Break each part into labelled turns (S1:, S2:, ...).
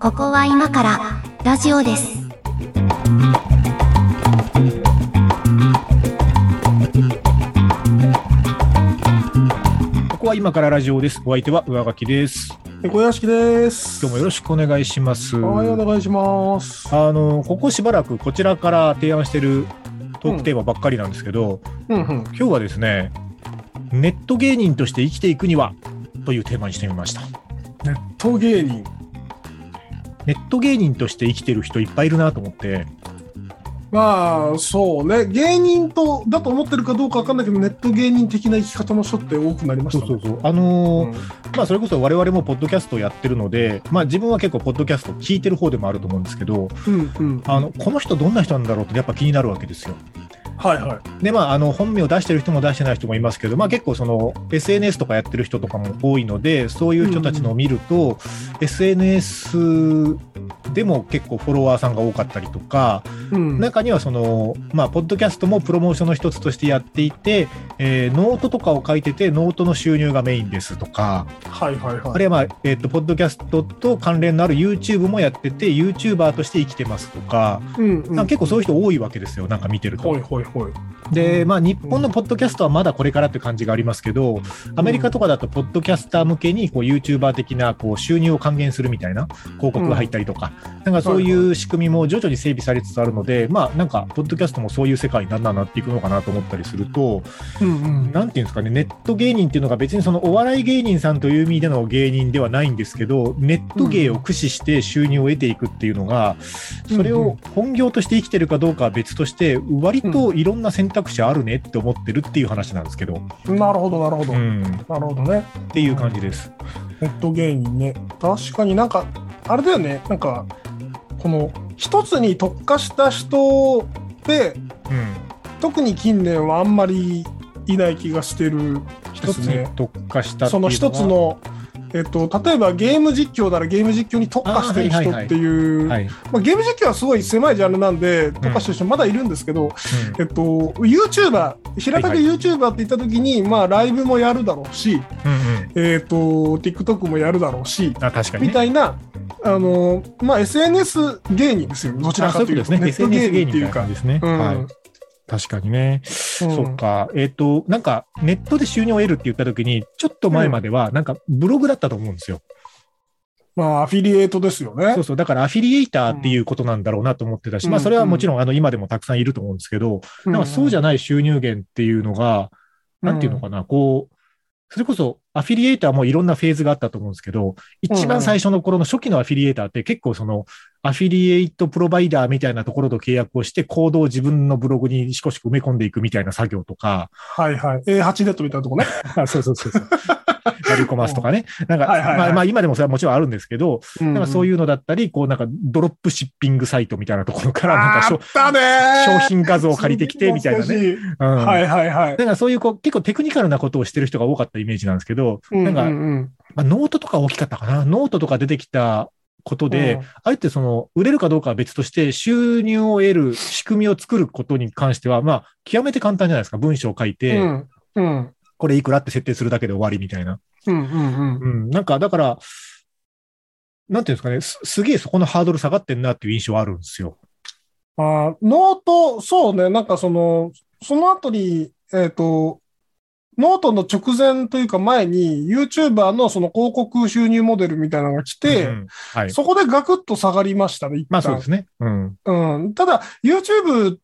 S1: ここは今からラジオです。
S2: ここは今からラジオです。お相手は上書きです。
S3: 小屋敷です。
S2: 今日もよろしくお願いします。
S3: はい、お願いします。
S2: あの、ここしばらくこちらから提案してるトークテーマばっかりなんですけど、
S3: うんうん。
S2: 今日はですね、ネット芸人として生きていくにはというテーマにしてみました。
S3: ネット芸人。
S2: ネット芸人として生きてる人いっぱいいるなと思って、
S3: まあ、そうね。芸人と、だと思ってるかどうかわかんないけど、ネット芸人的な生き方の人って多くなりまし
S2: そ
S3: た
S2: う
S3: ね。
S2: そうそう、あのー
S3: うん
S2: まあ、それこそ我々もポッドキャストをやってるので、まあ、自分は結構ポッドキャスト聞いてる方でもあると思うんですけど、
S3: うんうん。
S2: あの、この人どんな人なんだろうってやっぱ気になるわけですよ。
S3: はいはい。
S2: でまあ、あの本名を出してる人も出してない人もいますけど、まあ、結構その SNS とかやってる人とかも多いのでそういう人たちのを見ると、SNS でも結構フォロワーさんが多かったりとか
S3: うん。
S2: 中にはその、まあ、ポッドキャストもプロモーションの一つとしてやっていて、えーノートとかを書いててノートの収入がメインですとか
S3: はいはい
S2: あ
S3: はい。
S2: るいは、まあえっとポッドキャストと関連のある YouTube もやってて YouTuber として生きてますとか,、
S3: うんうん。
S2: な
S3: は
S2: んか
S3: い
S2: 結構そういう人多いわけですよなんか見てると。
S3: はいはい。
S2: で、まあ、日本のポッドキャストはまだこれからって感じがありますけど、アメリカとかだと、ポッドキャスター向けにこう YouTuber 的なこう収入を還元するみたいな広告が入ったりとか、なんかそういう仕組みも徐々に整備されつつあるので、まあ、なんか、ポッドキャストもそういう世界になんだなっていくのかなと思ったりすると、
S3: うんうん。
S2: なんていうんですかね、ネット芸人っていうのが別にそのお笑い芸人さんという意味での芸人ではないんですけど、ネット芸を駆使して収入を得ていくっていうのが、
S3: うん
S2: それを本業として生きてるかどうかは別として、割といろんな選択肢あるねって思ってるっていう話なんですけど、
S3: なるほどなるほど。
S2: うん、
S3: なるほどね。
S2: っていう感じです。
S3: ネット芸人ね。確かになんか、あれだよね。なんか、この、一つに特化した人で、
S2: うん、
S3: 特に近年はあんまりいない気がしてるで
S2: 一つに
S3: すね。
S2: 特化したってい
S3: そうの一つ
S2: は、
S3: の、えっと、例えばゲーム実況ならゲーム実況に特化して
S2: あ
S3: る
S2: ーはい
S3: 人
S2: はいはい
S3: っていう、
S2: はい、うん
S3: まあ、ゲーム実況はすごい狭いジャンルなんで特化してる人まだいるんですけど、えっと、YouTuber 平たく
S2: はい
S3: YouTuber って言った時に、まあ、ライブもやるだろうし、
S2: うんうん、
S3: えっと、TikTok もやるだろうし
S2: あ確かに、
S3: み
S2: ね。
S3: たいな、あのまあ、SNS 芸人ですよどちら
S2: あそうい
S3: か
S2: う
S3: と
S2: こ
S3: い
S2: とで
S3: う
S2: す
S3: とネ
S2: ね。
S3: ット
S2: SNS
S3: 芸
S2: 芸人っ
S3: 人っ
S2: てて
S3: い
S2: いうう
S3: か
S2: 感。じですね。
S3: うん
S2: はい、確かにね。
S3: うん
S2: そっか、えっ、と、なんか、ネットで収入を得るって言ったときに、ちょっと前までは、なんか、ブログだったと思うんですよ。
S3: まあ、アフィリエイトですよね
S2: そう。そう、だから、アフィリエイターっていうことなんだろうなと思ってたし、
S3: うん
S2: まあ、それはもちろん、あの、今でもたくさんいると思うんですけど、なんか、そうじ
S3: ゃ、
S2: ゃない収入源っていうのが、
S3: うん
S2: なんていうのかな、こう、それこそ、アフィリエイターもいろんなフェーズがあったと思うんですけど、一番最初の頃の初期のアフィリエイターって結構その、アフィリエイトプロバイダーみたいなところと契約をして、行動を自分のブログにしこしこ埋め込んでいくみたいな作業とか、
S3: はいはい。A8 ネットみたいなとこね。
S2: あそうそうそうそう。ラリコマスとかね。なんか、
S3: はいはいはい
S2: まあ、まあ今でもそれはもちろんあるんですけど、
S3: うん
S2: なんかそう
S3: いう。
S2: いうのだったり、こうなんかドロップシッピングサイトみたいなところから、なんか
S3: あ
S2: し
S3: っ
S2: ょ
S3: たね
S2: 商品画像を借りてきてみたいなね。
S3: ね。
S2: うん
S3: はいはいはい。
S2: なんかそういうこう結構テクニカルなことをしてる人が多かったイメージなんですけど、なんか、
S3: う
S2: ま
S3: んうん
S2: あ、ノートとか大きかったかな。ノートとか出てきたことで、
S3: うん
S2: あえてその売れるかどうかは別として収入を得る仕組みを作ることに関しては、まあ極めて簡単じゃないですか。文章を書いて、
S3: うんうん
S2: これいくらって設定するだけで終わりみたいな。
S3: うんうんうん。
S2: うん、なんか、だから、なんていうんですかね、すすげえそこのハードル下がってんなっていう印象はあるんですよ。
S3: あーノート、そうね、なんかその、その後に、えっと、ノートの直前というか前に、YouTuber のその広告収入モデルみたいなのが来
S2: う
S3: て、
S2: んはい。
S3: そこでガクッと下がりましたね、一
S2: まあそう
S3: 旦
S2: で。すね。うん。
S3: うん、ただ、YouTube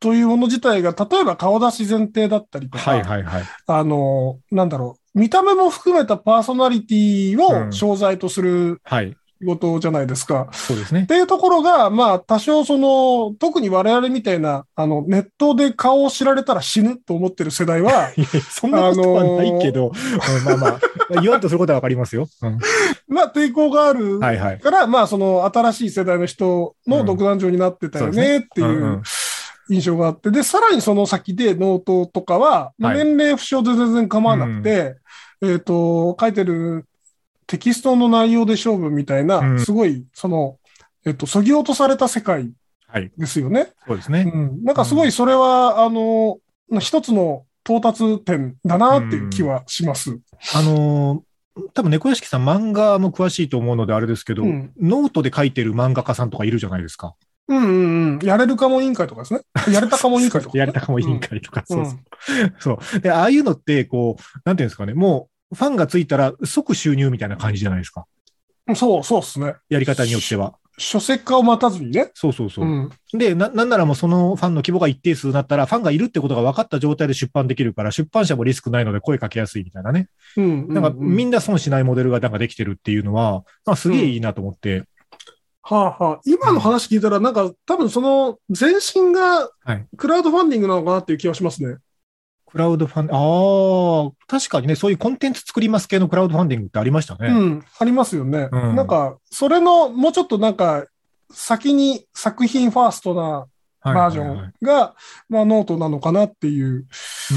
S3: というもの自体が、例えば顔出し前提だったりとか、
S2: はいはいはい。
S3: あの、なんだろう、見た目も含めたパーソナリティ
S2: うん
S3: を商材とする
S2: はい。
S3: 仕事じゃないですか。っ
S2: そうですね。、
S3: ていうところが、まあ、多少その、特に我々みたいな、あの、ネットで顔を知られたら死ぬと思ってる世代は
S2: いやそんなことはないけど、うんまあまあ、言わんとすることはわかりますよ。うん
S3: まあ、抵抗がある。
S2: はいはい。
S3: から、まあ、その新しい世代の人
S2: うん
S3: の独壇場になってたよ
S2: そうです
S3: ねってい
S2: んう
S3: うん印象があって、で、さらにその先でノートとかは、まあ
S2: はい
S3: 年齢不詳で全然構わなくて、えっ、と、書いてるテキストの内容で勝負みたいな、
S2: うん
S3: すごい、その、えっ、と、そぎ落とされた世界
S2: はい。
S3: ですよね。
S2: そうです
S3: う
S2: ね。
S3: ん。なんかすごいそれは、あの、一つの到達点だなっていう気はします。
S2: あのー多分猫屋敷さん漫画も詳しいと思うのであれですけど、
S3: うん
S2: ノートで書いてる漫画家さんとかいるじゃないですか。
S3: うんうんうん。やれるかも委員会とか ですね。やれたかも委員会とか。
S2: やりたかも委員会とか、そうそうそう。で、ああいうのって、こう、なんていうんですかね、もう、ファンがついたら即収入みたいな感じじゃないですか。
S3: うんそう、そうですね。
S2: やり方によっては。
S3: 書籍化を待たずにね。
S2: そうそうそうう。
S3: ん。
S2: でな、なんならもうそのファンの規模が一定数になったら、ファンがいるってことが分かった状態で出版できるから、出版社もリスクないので声かけやすいみたいなね。
S3: うん。
S2: なんか、み
S3: な。
S2: んな損しないモデルがなんかできてるっていうのは、まあ、すげえいいなと思って。
S3: はあはあ。今の話聞いたら、なんか多分その前身が
S2: はい
S3: クラウドファンディングなのかなっていう気がしますね。
S2: クラウドファンディング、ああ、確かにね、そういうコンテンツ作ります系のクラウドファンディングってありましたね。
S3: うん。ありますよね。
S2: うん
S3: なんか、それのもうちょっとなんか、先に作品ファーストな
S2: はい
S3: バージョ
S2: はいはい
S3: ンが、まあノートなのかなっていう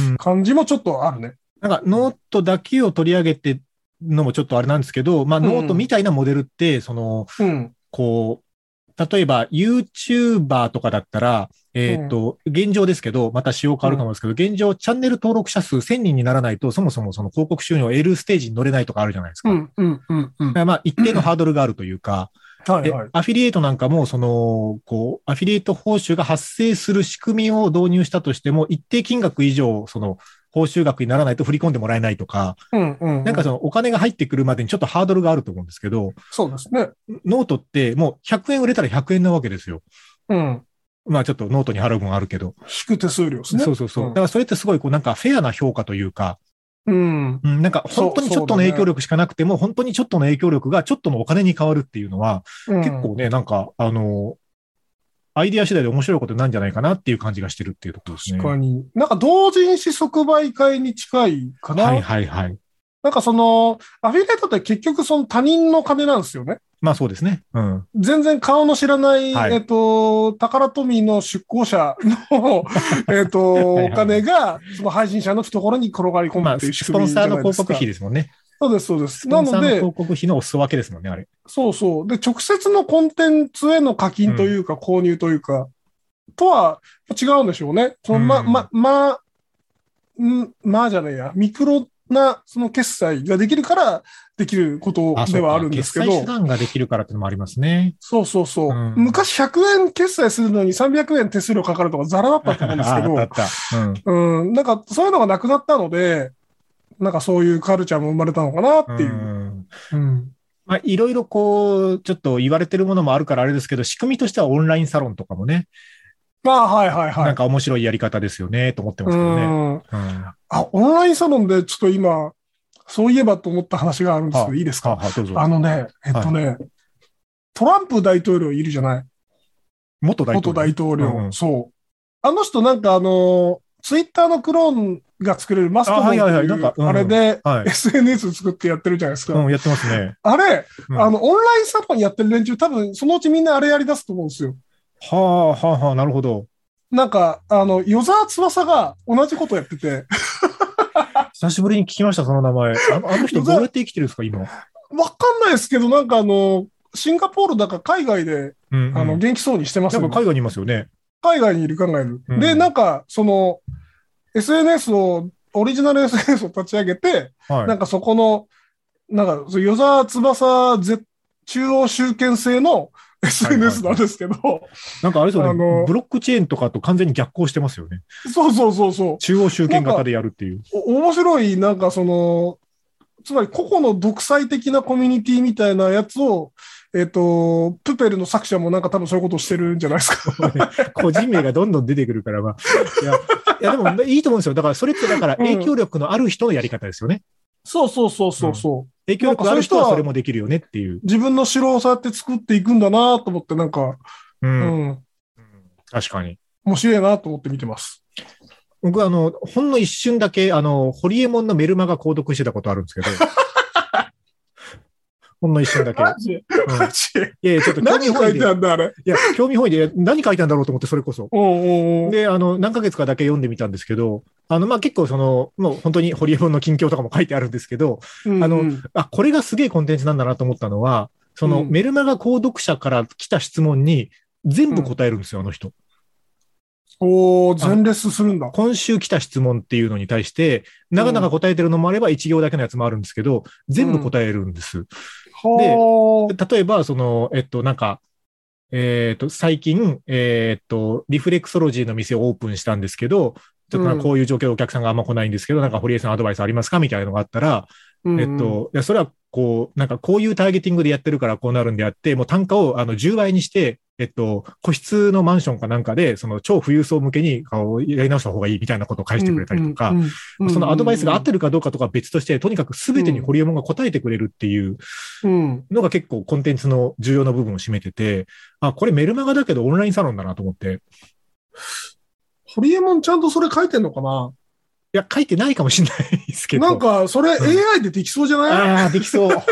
S2: うん
S3: 感じもちょっとあるね。
S2: なんかノートだけを取り上げてのもちょっとあれなんですけど、まあ
S3: うん
S2: ノートみたいなモデルって、その、
S3: うん。
S2: こう、例えば YouTuber とかだったら、えっ、と、現状ですけど、また仕様変わるかもですけど、現状チャンネル登録者数1000人にならないと、そもそもその広告収入を得るステージに乗れないとかあるじゃないですか。
S3: う
S2: だ
S3: ん。うん。うん。うん。
S2: か
S3: は
S2: らまあ一定のハードルがあるというか、
S3: い
S2: で
S3: はい。、
S2: アフィリエイトなんかも、その、こう、アフィリエイト報酬が発生する仕組みを導入したとしても、一定金額以上、その、報酬額にならないと振り込んでもらえないとか、
S3: うん。うん。
S2: なんかその、お金が入ってくるまでにちょっとハードルがあると思うんですけど、
S3: そうですね。
S2: ノートってもう100円売れたら100円なわけですよ。
S3: うん。
S2: まあちょっとノートに払う分あるけど。
S3: 引く手数料ですね。
S2: そうそうそう。
S3: うん
S2: だからそれってすごい、こう、なんかフェアな評価というか、
S3: うん。
S2: うん、なんか本当にちょっとの影響力しかなくても、本当にちょっとの影響力がちょっとのお金に変わるっていうのは、
S3: 結
S2: 結構ね、なんか、あの、アイディア次第で面白いことになるんじゃないかなっていう感じがしてるっていうところですね。
S3: 確かに。なんか同人誌即売会に近いかな。
S2: はいはいはい。
S3: なんかその、アフィリエイトって結局その他人の金なんですよね。
S2: まあそうですね。うん。
S3: 全然顔の知らない、
S2: はい
S3: えっと、宝富の出向者 の、えっと、
S2: はいはい
S3: お金が、その配信者の懐に転がり込
S2: ま
S3: む
S2: あ、
S3: っていう
S2: ス
S3: 仕
S2: ポ
S3: 組
S2: ン
S3: みじゃ
S2: サー
S3: な
S2: の
S3: いで
S2: 広
S3: す
S2: 告
S3: か。
S2: 費ですもんね。
S3: そうです、そうです。
S2: ス
S3: な
S2: ポンサー
S3: の
S2: の
S3: で、
S2: 広告費のお裾分けですもんね、あれ。
S3: そうそう。で、直接のコンテンツへの課金というか、購入というか、とは違うんでしょうね。そのま、
S2: うん
S3: ま、ま、んまあじゃないや、ミクロなその決済ができるからできること
S2: あ、そ
S3: で
S2: う
S3: はあ
S2: か
S3: るんです
S2: 決
S3: けど
S2: 済、手段ができるからってのもありますね。
S3: そうそうそう。
S2: うん
S3: 昔100円決済するのに300円手数料かかるとかザラだったと思うんです け
S2: ああっ、
S3: ど
S2: たあった。うん。
S3: うん、なんかそういうのがなくなったので、なんかそういうカルチャーも生まれたのかなっていう。
S2: うん
S3: うん
S2: まあ、いろいろこう、ちょっと言われてるものもあるからあれですけど、仕組みとしてはオンラインサロンとかもね、
S3: まあ、はいはいは
S2: なん
S3: い。
S2: か面白いやり方ですよね、と思ってますけどね。
S3: うん
S2: うん。
S3: あ、オンラインサロンでちょっと今、そういえばと思った話があるんですけど、
S2: はい
S3: いです
S2: は
S3: か
S2: あ、はあ、どうぞ
S3: あ。のね、えっとね、トランプ大統領いるじゃない
S2: 元大
S3: 元
S2: 統領。
S3: 大統領、
S2: うんうん
S3: そう。あの人なんかあの、ツイッターのクローンが作れるマストドンっていう
S2: あはいはいはいなんかうん
S3: あれで、
S2: はい。
S3: SNS 作ってやってるじゃないですか。
S2: うん、やってますね。
S3: あれ、
S2: うん
S3: あの、オンラインサロンやってる連中、多分そのうちみんなあれやり出すと思うんですよ。
S2: はあ、はあ、はあ、なるほど。
S3: なんか、あの、与沢翼が同じことやってて、
S2: 久しぶりに聞きました、その名前。あのあの人、
S3: う
S2: ど
S3: ざ
S2: うやって生きてるんですか、今。
S3: わかんないですけど、なんかあの、シンガポールだか海外で、
S2: うん、うん。
S3: あの、元気そうにしてます
S2: な
S3: よ、
S2: んか海外にいますよね。
S3: 海外にいる考える。
S2: うん
S3: で、なんか、その、SNS を、オリジナル SNS を立ち上げて、
S2: はい。
S3: なんかそこの、なんか、そう与沢翼ぜ中央集権制の SNS なんですけど、
S2: なんかあれですよ
S3: あの
S2: ね、ブロックチェーンとかと完全に逆行してますよね。
S3: そうそうそうそう、
S2: 中央集権型でやるっていう。
S3: お面白い、なんかその、つまり個々の独裁的なコミュニティみたいなやつを、えっ、と、プペルの作者もなんか多分そういうことをしてるんじゃないですか。
S2: 個人名がどんどん出てくるから、まあ。いや、いやでも、いいと思うんですよ。だから、それって、だから、
S3: うん
S2: 影響力のある人のやり方ですよね。
S3: そうそうそうそうそう。
S2: 影響力がある人はそれもできるよねっていう。
S3: 自分の城をそうやって作っていくんだなと思って、なんか、
S2: うん。
S3: うん
S2: 確かに。
S3: 面白いなと思って見てます。
S2: 僕は、あの、ほんの一瞬だけ、あの、ホリエモンのメルマが購読してたことあるんですけど。ほんの一瞬だけ。
S3: ジで
S2: うん
S3: マジで
S2: いやいや、ちょっと興
S3: 何
S2: 味本
S3: 書
S2: 位
S3: い
S2: で。
S3: てあるんだ、あれ。
S2: いや、興味本位で、いや何書いたんだろうと思って、それこそ。
S3: うんうんうん。
S2: で、あの、何ヶ月かだけ読んでみたんですけど、あの、まあ、結構その、もう本当にホリエモンの近況とかも書いてあるんですけど、
S3: うん
S2: あの
S3: うん
S2: あ、これがすげえコンテンツなんだなと思ったのは、その、
S3: うん
S2: メルマガ購読者から来た質問に、全部答えるんですよ、あの人。
S3: おー、全レスするんだ。
S2: 今週来た質問っていうのに対して、なかなか答えてるのもあれば、一行だけのやつもあるんですけど、全部答えるんです。
S3: はー。
S2: 例えば、その、えっと、なんか、えっと、最近、えっと、リフレクソロジーの店をオープンしたんですけど、ちょっとなんかこういう状況でお客さんがあんま来ないんですけど、なんか堀江さんアドバイスありますかみたいなのがあったら、
S3: うん
S2: えっと、いや、それはこう、なんかこういうターゲティングでやってるからこうなるんであって、もう単価をあの10倍にして、えっと、個室のマンションかなんかで、その超富裕層向けにこうやり直した方がいいみたいなことを返してくれたりとか、、そのアドバイスが合ってるかどうかとかは別として、とにかく全てにホリエモンが答えてくれるっていう
S3: る。うん。
S2: のが結構コンテンツの重要な部分を占めてて、あ、これメルマガだけどオンラインサロンだなと思って、
S3: ホリエモンちゃんとそれ書いてんのかない
S2: や、書いてないかもしれないですけど。
S3: なんか、それ
S2: うん
S3: AI でできそうじゃない
S2: ああ、できそう。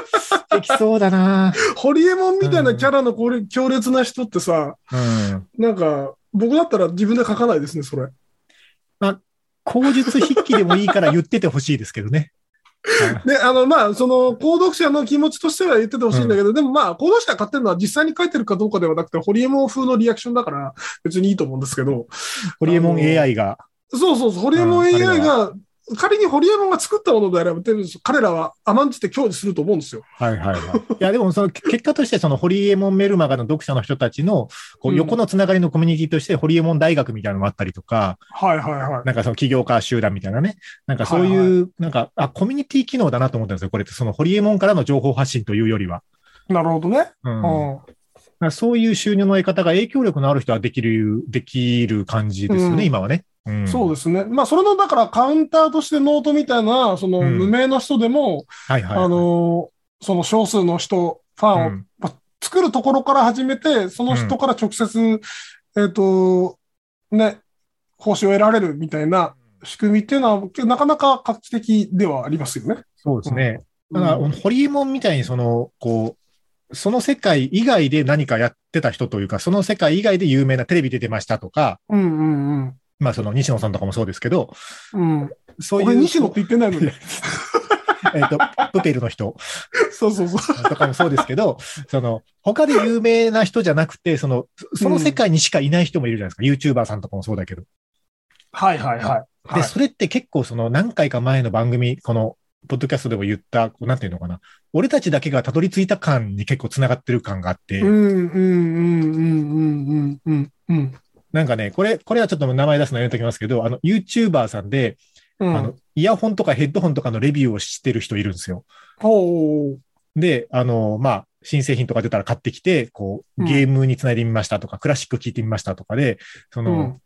S2: できそうだな。
S3: ホリエモンみたいなキャラのこれ強烈な人ってさ、
S2: うん。
S3: なんか、僕だったら自分で書かないですね、それ。
S2: 口述筆記でもいいから言っててほしいですけど ね。
S3: ね、あの、まあ、その、購読者の気持ちとしては言っててほしいんだけど、でもまあ、購読者が買ってるのは実際に書いてるかどうかではなくて、ホリエモン風のリアクションだから、別にいいと思うんですけど、
S2: ホリエモン
S3: あの
S2: AI が。
S3: そうそうそう、ホリエモン
S2: うんあれ
S3: AI が、仮にホリエモンが作ったものであれば、彼らは甘んじて享受すると思うんですよ。
S2: はいはいは い。いや、でもその結果として、そのホリエモンメルマガの読者の人たちの、こう
S3: う
S2: ん横のつながりのコミュニティとして、ホリエモン大学みたいなのもあったりとか、
S3: はいはいはい。
S2: なんかその起業家集団みたいなね、なんかそう
S3: はい
S2: いう、なんか、あ、コミュニティ機能だなと思ったんですよ。これって、そのホリエモンからの情報発信というよりは。
S3: なるほどね。
S2: うん。
S3: うん。
S2: なんかそういう収入の得方が影響力のある人はできる、できる感じですよね、
S3: うん
S2: 今はね。うん。
S3: そうですね。まあ、それの、だから、カウンターとしてノートみたいな、その、
S2: うん
S3: 無名な人でも、
S2: はいはいはい。
S3: あの、その少数の人、ファンを
S2: うん
S3: 作るところから始めて、その人から直接、えっ、と、ね、報酬を得られるみたいな仕組みっていうのは、なかなか画期的ではありますよね。
S2: そうですね。
S3: う
S2: だから、
S3: ん
S2: ホリエモンみたいに、その、こう、その世界以外で何かやってた人というか、その世界以外で有名なテレビ出てましたとか、
S3: うんうん
S2: まあ、その西野さんとかもそうですけど、
S3: うん。うん。
S2: そういう、
S3: 俺、西野って言ってないのに。
S2: えっ、と、プペルの人
S3: そうそうそう。
S2: とかもそうですけど、その、他で有名な人じゃなくて、その、その世界にしかいない人もいるじゃないですか。YouTuber さんとかもそうだけど。
S3: はいはいはい。はい
S2: で、それって結構その何回か前の番組、この、ポッドキャストでも言った、こうなんていうのかな。俺たちだけがたどり着いた感に結構つながってる感があって、
S3: うんうんうんうんうんうんうん
S2: なんかね、これ、これはちょっと名前出すのやめときますけど、あの、YouTuber さんで、
S3: うん。
S2: あの、イヤホンとかヘッドホンとかのレビューをしてる人いるんですよ。
S3: ほう。
S2: で、あの、まあ、新製品とか出たら買ってきて、こう、
S3: うん
S2: ゲームにつないでみましたとか、クラシック聞いてみましたとかで、その、
S3: うん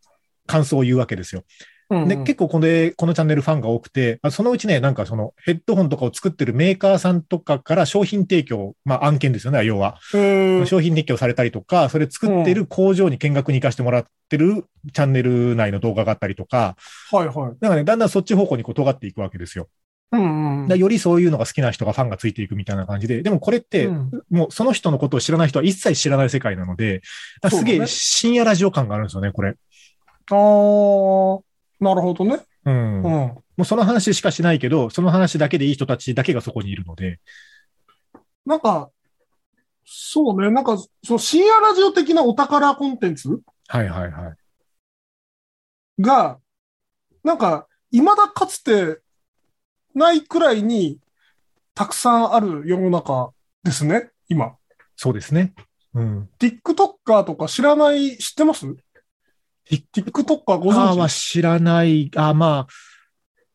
S2: 感想を言うわけですよ。
S3: うん
S2: で、結構これ、このチャンネルファンが多くて、あそのうちね、なんかそのヘッドホンとかを作ってるメーカーさんとかから商品提供、まあ案件ですよね、要は。
S3: へー
S2: 商品提供されたりとか、それ作ってる工場に見学に行かせてもらってるチャンネル内の動画があったりとか、
S3: はいはい。
S2: なんかね、だんだんそっち方向にこう尖っていくわけですよ。
S3: うんうん
S2: だからよりそういうのが好きな人がファンがついていくみたいな感じで、でもこれって、
S3: うん
S2: もうその人のことを知らない人は一切知らない世界なので、だからすげ
S3: そうだ
S2: え
S3: ね
S2: 深夜ラジオ感があるんですよね、これ。
S3: あーなるほどね。
S2: うん。
S3: う
S2: も
S3: ん。
S2: うその話しかしないけど、その話だけでいい人たちだけがそこにいるので。
S3: なんか、そうね。なんか、そう、深夜ラジオ的なお宝コンテンツ
S2: はいはいはい。
S3: が、なんか、未だかつてないくらいに、たくさんある世の中ですね、今。
S2: そうですね。うん。
S3: TikToker とか知らない、知ってます ?TikToker ご
S2: あー
S3: 存
S2: は
S3: 知
S2: 知らない。あーまあ、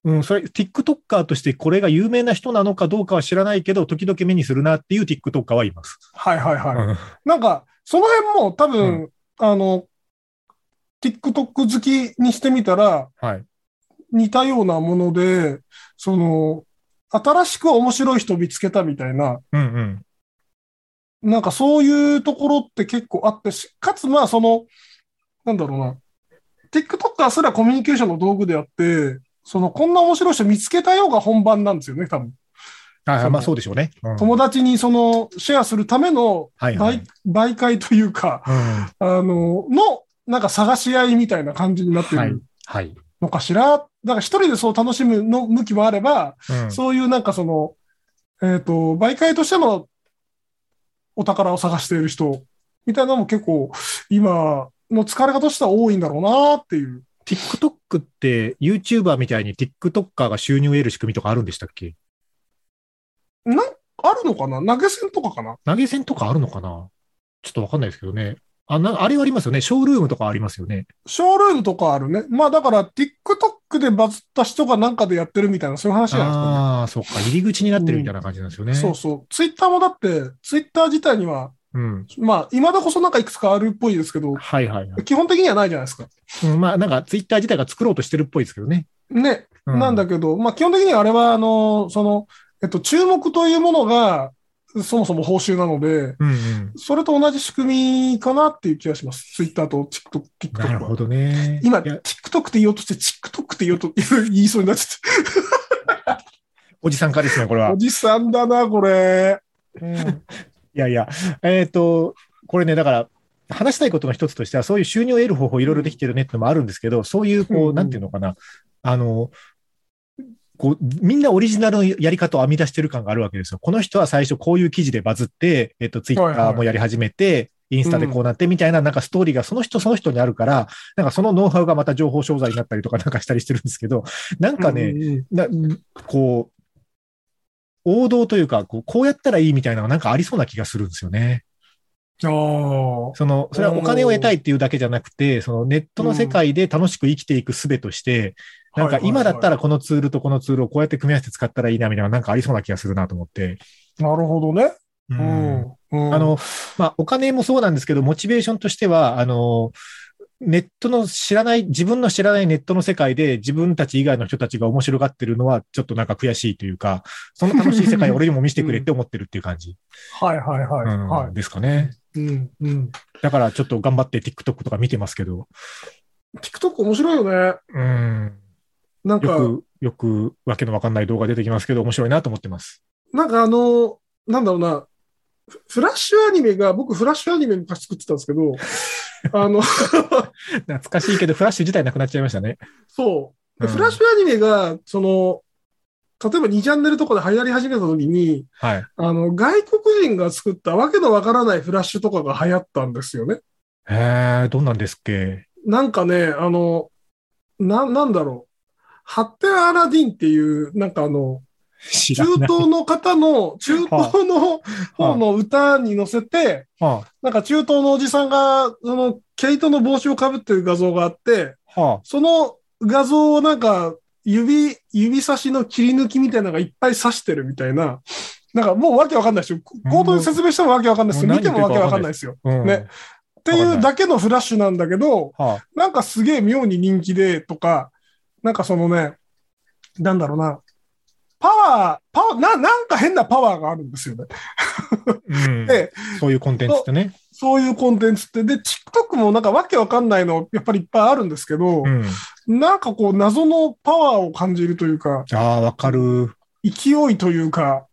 S2: うん、それ、TikToker としてこれが有名な人なのかどうかは知らないけど、時々目にするなっていう TikToker はいます。
S3: はいはいはい。
S2: うん
S3: なんか、その辺も多分、あの、TikTok 好きにしてみたら、
S2: はい。
S3: 似たようなもので、その、新しく面白い人見つけたみたいな、
S2: うんうん。
S3: なんかそういうところって結構あってし、かつまあその、なんだろうな、TikToker すらコミュニケーションの道具であって、その、こんな面白い人見つけたようが本番なんですよね、多分。
S2: あ
S3: そ
S2: ー
S3: の
S2: まあそうでしょうね。うん
S3: 友達にその、シェアするための
S2: はいはい
S3: 媒、媒介というか、
S2: うん
S3: あの、の、なんか探し合いみたいな感じになって
S2: はい
S3: る
S2: はい。
S3: のかしら。なんか一人でそう楽しむの向きもあれば、
S2: うん
S3: そういうなんかその、えっ、と、媒介としてのお宝を探している人みたいなのも結構今の疲れ方としては多いんだろうなっていう。
S2: TikTok って YouTuber みたいに TikToker が収入を得る仕組みとかあるんでしたっけ
S3: な、あるのかな投げ銭とかかな
S2: 投げ銭とかあるのかなちょっとわかんないですけどね。あ、な、あれはありますよね。ショールームとかありますよね。
S3: ショールームとかあるね。まあだから TikTok でバズった人がなんかでやってるみたいな、そういう話じゃないですかね。
S2: ああー、そっか。入り口になってるみたいな感じなんですよね。
S3: そうそう。ツイッターもだって、ツイッター自体には、
S2: うん。
S3: まあ、今だこそなんかいくつかあるっぽいですけど、
S2: はいはいはい。
S3: 基本的にはないじゃないですか。
S2: うん、まあ、なんか、ツイッター自体が作ろうとしてるっぽいですけどね。
S3: ね。
S2: う
S3: なんだけど、まあ、基本的にはあれは、あの、その、えっと、注目というものが、そもそも報酬なので、
S2: うんうん。
S3: それと同じ仕組みかなっていう気がします。ツイッターと TikTok、
S2: なる
S3: TikTok
S2: ほ
S3: は。
S2: どね。
S3: 今、
S2: いや
S3: TikTok って言おうとして、TikTok って言おうと、言いそうになっちゃっ
S2: おじさん化ですね、これ
S3: た。
S2: は
S3: お。じさんだな、これ。
S2: いやいや、えっ、と、これね、だから、話したいことの一つとしては、そういう収入を得る方法いろいろできてるねってのもあるんですけど、そういう、
S3: うん
S2: こ
S3: う
S2: う、
S3: ん
S2: なんていうのかな、あの、こう、みんなオリジナルのやり方を編み出してる感があるわけですよ。この人は最初こういう記事でバズって、えっと、ツイッターもやり始めて、インスタでこうなってみたいな、なんかストーリーがその人その人にあるから、なんかそのノウハウがまた情報商材になったりとかなんかしたりしてるんですけど、なんかね、
S3: うん
S2: な、こう、王道というか、こうこうやったらいいみたいなのがなんかありそうな気がするんですよね。
S3: あ
S2: その、それはお金を得たいっていうだけじゃなくて、そのネットの世界で楽しく生きていく術として、
S3: あ。
S2: なんか今だった
S3: ら。
S2: らこのツールとこのツールをこうやって組み合わせて使ったらいいなみたいな、なんかありそうな気がするなと思って。
S3: なるほどね。
S2: う
S3: うんん。うん
S2: あ、の、まあ、お金もそうなんですけど、モチベーションとしては、あの、ネットの知らない、自分の知らないネットの世界で自分たち以外の人たちが面白がってるのはちょっとなんか悔しいというか、その楽しい世 界を俺にも見せてくれって思ってるっていう感じ、
S3: はいはいはい。
S2: うん
S3: は
S2: ですかね。
S3: い。うん。うん。
S2: だからちょっと頑張って TikTok とか見てますけど、
S3: TikTok 面白いよね。
S2: うん、
S3: なんか、
S2: よく、よくわけのわかんない動画出てきますけど、面白いなと思ってます。
S3: なんかあの、なんだろうな、フフラッシュアニメが、僕フラッシュアニメ昔作ってたんです けど、あの、
S2: 懐かしいけど、フラッシュ自体なくなっちゃいましたね。
S3: そう、で
S2: うん
S3: フラッシュアニメが、その、例えば2チャンネルとかで流行り始めた時に、
S2: はい。
S3: あの、外国人が作ったわけのわからないフラッシュとかが流行ったんですよね。
S2: へーどんなんですっけ
S3: なんかね、あの、な、なんだろう。ハッテン・アラディンっていう、なんかあの、
S2: 知
S3: 中東の方の、中東の方の歌に乗せて、
S2: は
S3: なんか中東のおじさんが、その、毛糸の帽子をかぶってる画像があって、
S2: あ、はあ。
S3: その画像をなんか、指、指差しの切り抜きみたいなのがいっぱい刺してるみたいな、なんかもうわけわかんないですよ。口頭で説明してもわけわかんないですよ。
S2: もう
S3: 見てもわけわかんないですよ。
S2: うん
S3: ねっていうだけのフラッシュなんだけど、
S2: はあ。
S3: なんかすげえ妙に人気でとか、なんかそのね、なんだろうな、パワー、パワー、な、なんか変なパワーがあるんですよね。
S2: うん
S3: で
S2: そういうコンテンツってね。
S3: そういうコンテンツって。で、TikTok もなんかわけわかんないの、やっぱりいっぱいあるんですけど、
S2: うん、
S3: なんかこう、謎のパワーを感じるというか、
S2: ああ、わかる
S3: 勢いというか、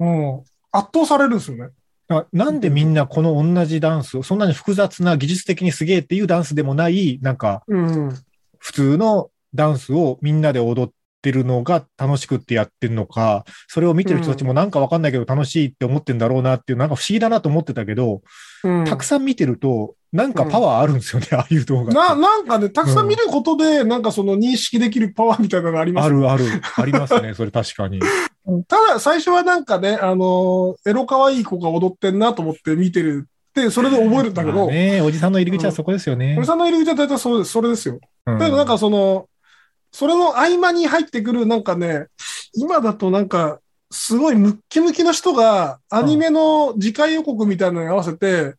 S3: うん、圧倒されるんですよね。
S2: あ。なんでみんなこの同じダンスを、そんなに複雑な技術的にすげえっていうダンスでもない、なんか
S3: うん。
S2: 普通のダンスをみんなで踊ってるのが楽しくってやってるのか、それを見てる人たちもなんかわかんないけど楽しいって思ってんだろうなっていう、なんか不思議だなと思ってたけど、
S3: うん
S2: たくさん見てると、なんかパワーあるんですよね、ああいう動画って。
S3: な、なんかね、たくさん見ることで、なんかその認識できるパワーみたいなのがあります
S2: あ
S3: よね
S2: るある。ありますね、それ確かに。
S3: ただ、最初はなんかね、あのーエロ可愛い子が踊ってんなと思って見てるって、それで覚えるんだけ
S2: まあ
S3: ど、森、
S2: ね、おじさんの入り口はそこですよね。
S3: さんの入り口は大体そうです、それですよ。
S2: うん
S3: だけどなんかその、それの合間に入ってくる、なんかね、今だとなんか、すごいムッキムキの人が、アニメの次回予告みたいなのに合わせて、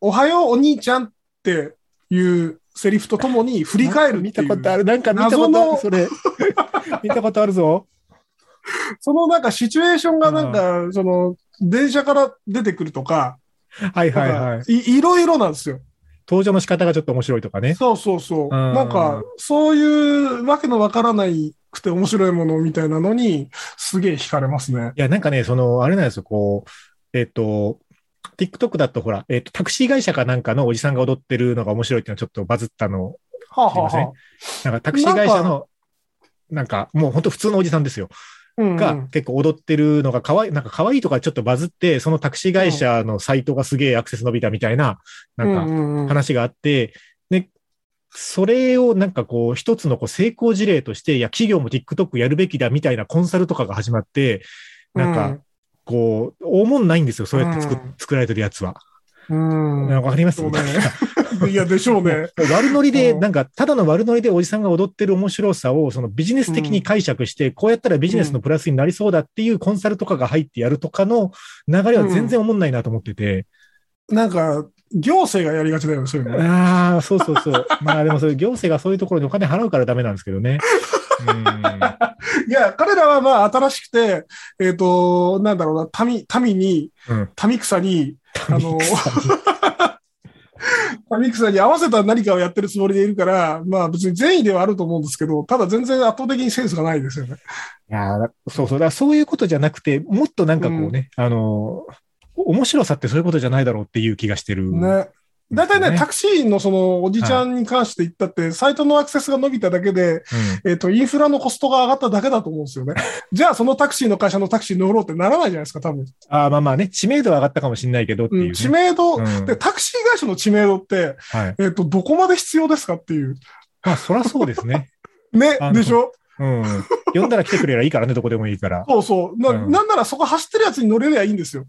S3: おはようお兄ちゃんっていうセリフとともに振り返るっていう。
S2: 見たことある。なんか見たこと
S3: 謎
S2: ある、
S3: の
S2: そ れ。見たことあるぞ。
S3: そのなんかシチュエーションがなんか、その、電車から出てくるとか、
S2: はいはいは
S3: ないん。かいいろいろなんですよ。
S2: 登場の仕方がちょっと面白いとかね。
S3: そうそうそう。
S2: うん
S3: なんか、そういうわけのわからないくて面白いものみたいなのに、すげえ惹かれますね。
S2: いや、なんかね、その、あれなんですよ、こう、えっ、と、TikTok だとほら、えっ、と、タクシー会社かなんかのおじさんが踊ってるのが面白いっていうのはちょっとバズったの。
S3: はあ、
S2: あはあはあなんかタクシー会社の、なんか、もう本当普通のおじさんですよ。
S3: うん
S2: が結構踊ってるのが可愛い、なんか可愛いとかちょっとバズって、そのタクシー会社のサイトがすげえアクセス伸びたみたいな、なんか
S3: 話
S2: 話があって、で、それをなんかこう一つのこう成功事例として、いや、企業も TikTok やるべきだみたいなコンサルとかが始まって、なんか、こう、大物ないんですよ、そうやって作,、
S3: うん
S2: 作られてるやつは。
S3: うん。
S2: なんかわかります、
S3: そうね。いや、でしょう ね。
S2: 悪ノリで、
S3: うん
S2: なんか、ただの悪ノリでおじさんが踊ってる面白さを、そのビジネス的に解釈して、こうやったらビジネスのプラスになりそうだっていうコンサルとかが入ってやるとかの流れは全然思んないなと思ってて。
S3: なんか、行政がやりがちだよね、そういうのね。
S2: ああ、そうそうそう。まあでもそれ行政がそういうところにお金払うからダメなんですけど ね。
S3: いや、彼らはまあ、新しくて、えっと、なんだろうな、民、民に、
S2: うん。うん。
S3: 民草に、あ の、
S2: そう
S3: 民草に合わせた何かをやってるつもりでいるから、まあ別に善意ではあると思うんですけど、ただ全然圧倒的にセンスがないですよね。
S2: いやーそうそう。だからそういうことじゃなくて、もっとなんかこうね、あのー、面白さってそういうことじゃないだろうっていう気がしてる。
S3: ね。大体ね、タ
S2: ク
S3: クシーのそのおじちゃんに関して言ったって、サイトのアクセスが伸びただけで、えっ、と、インフラのコストが上がっただけだと思うんです よね。じゃあ、そのタクシーの会社のタクシー乗ろうってならないじゃないですか、多分。
S2: ああ、まあまあね、知名度は上がったかもしれないけどっていう、
S3: う
S2: ね
S3: ん、知名度、
S2: うん
S3: で、タクシー会社の知名度って、
S2: はい。
S3: えっ、と、どこまで必要ですかっていう。
S2: まあ、そらそうですね。
S3: ね
S2: あ、の
S3: でしょ
S2: うん。呼んだら来てくれりゃいいからね、どこでもいいから。
S3: そうそう。な、
S2: うん
S3: なんならそこ走ってるやつに乗れりゃいいんですよ。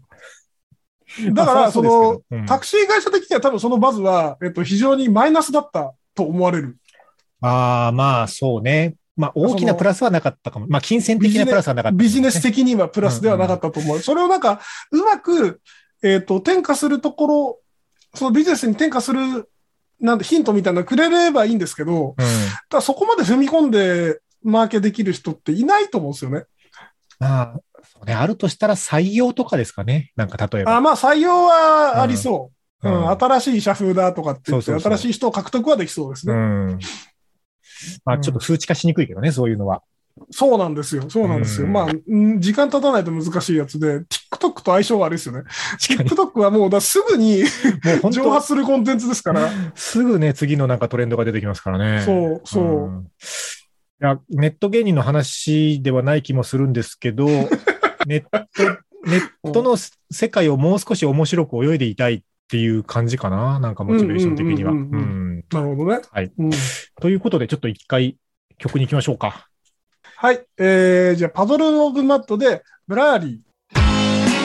S3: だから、
S2: まあ
S3: そ
S2: らう
S3: の
S2: です、けどうん
S3: タクシー会社的には多分そのバズは、えっ、と、非常にマイナスだったと思われる。
S2: ああ、まあ、そうね。まあ、大きなプラスはなかったかも。まあ、金銭的なプラスはなかった、
S3: ビジネス。的にはプラスではなかったと思う。それをなんか、うまく、えっ、と、転嫁するところ、そのビジネスに転嫁する、なんてヒントみたいなのくれればいいんですけど、
S2: うん。
S3: ただそこまで踏み込んでマーケできる人っていないと思うんですよね。
S2: まあ、そうね。あるとしたら採用とかですかね。なんか、例えば。
S3: あまあ、採用はありそう。う
S2: うん
S3: ん、新しい社風だとかって言って
S2: そうそうそう
S3: 新しい人を獲得はできそうです
S2: う
S3: ね。
S2: ん。まあ、ちょっと数値化しにくいけどね、そういうのは。
S3: そうなんですよ。そうなんですよ。
S2: うん
S3: まあ、うん時間経たないと難しいやつで、TikTok と相性悪いですよね。
S2: 確かに。
S3: TikTok はもうだすぐ
S2: も
S3: に
S2: う本
S3: 蒸
S2: 当、
S3: 発するコンテンツですから。
S2: すぐね、次のなんかトレンドが出てきますからね。
S3: そう、そう。
S2: んいや、ネット芸人の話ではない気もするんですけ ど、ネット、ネットの世界をもう少し面白く泳いでいたいっていう感じかな、なんかモチベーション的には。
S3: う
S2: うん
S3: うんうんうん
S2: ん
S3: なるほどね。
S2: はい
S3: うん
S2: ということで、ちょっと一回曲に行きましょうか。
S3: はい。えー、じゃあ、パドル・オブ・マットで、ブラーリー。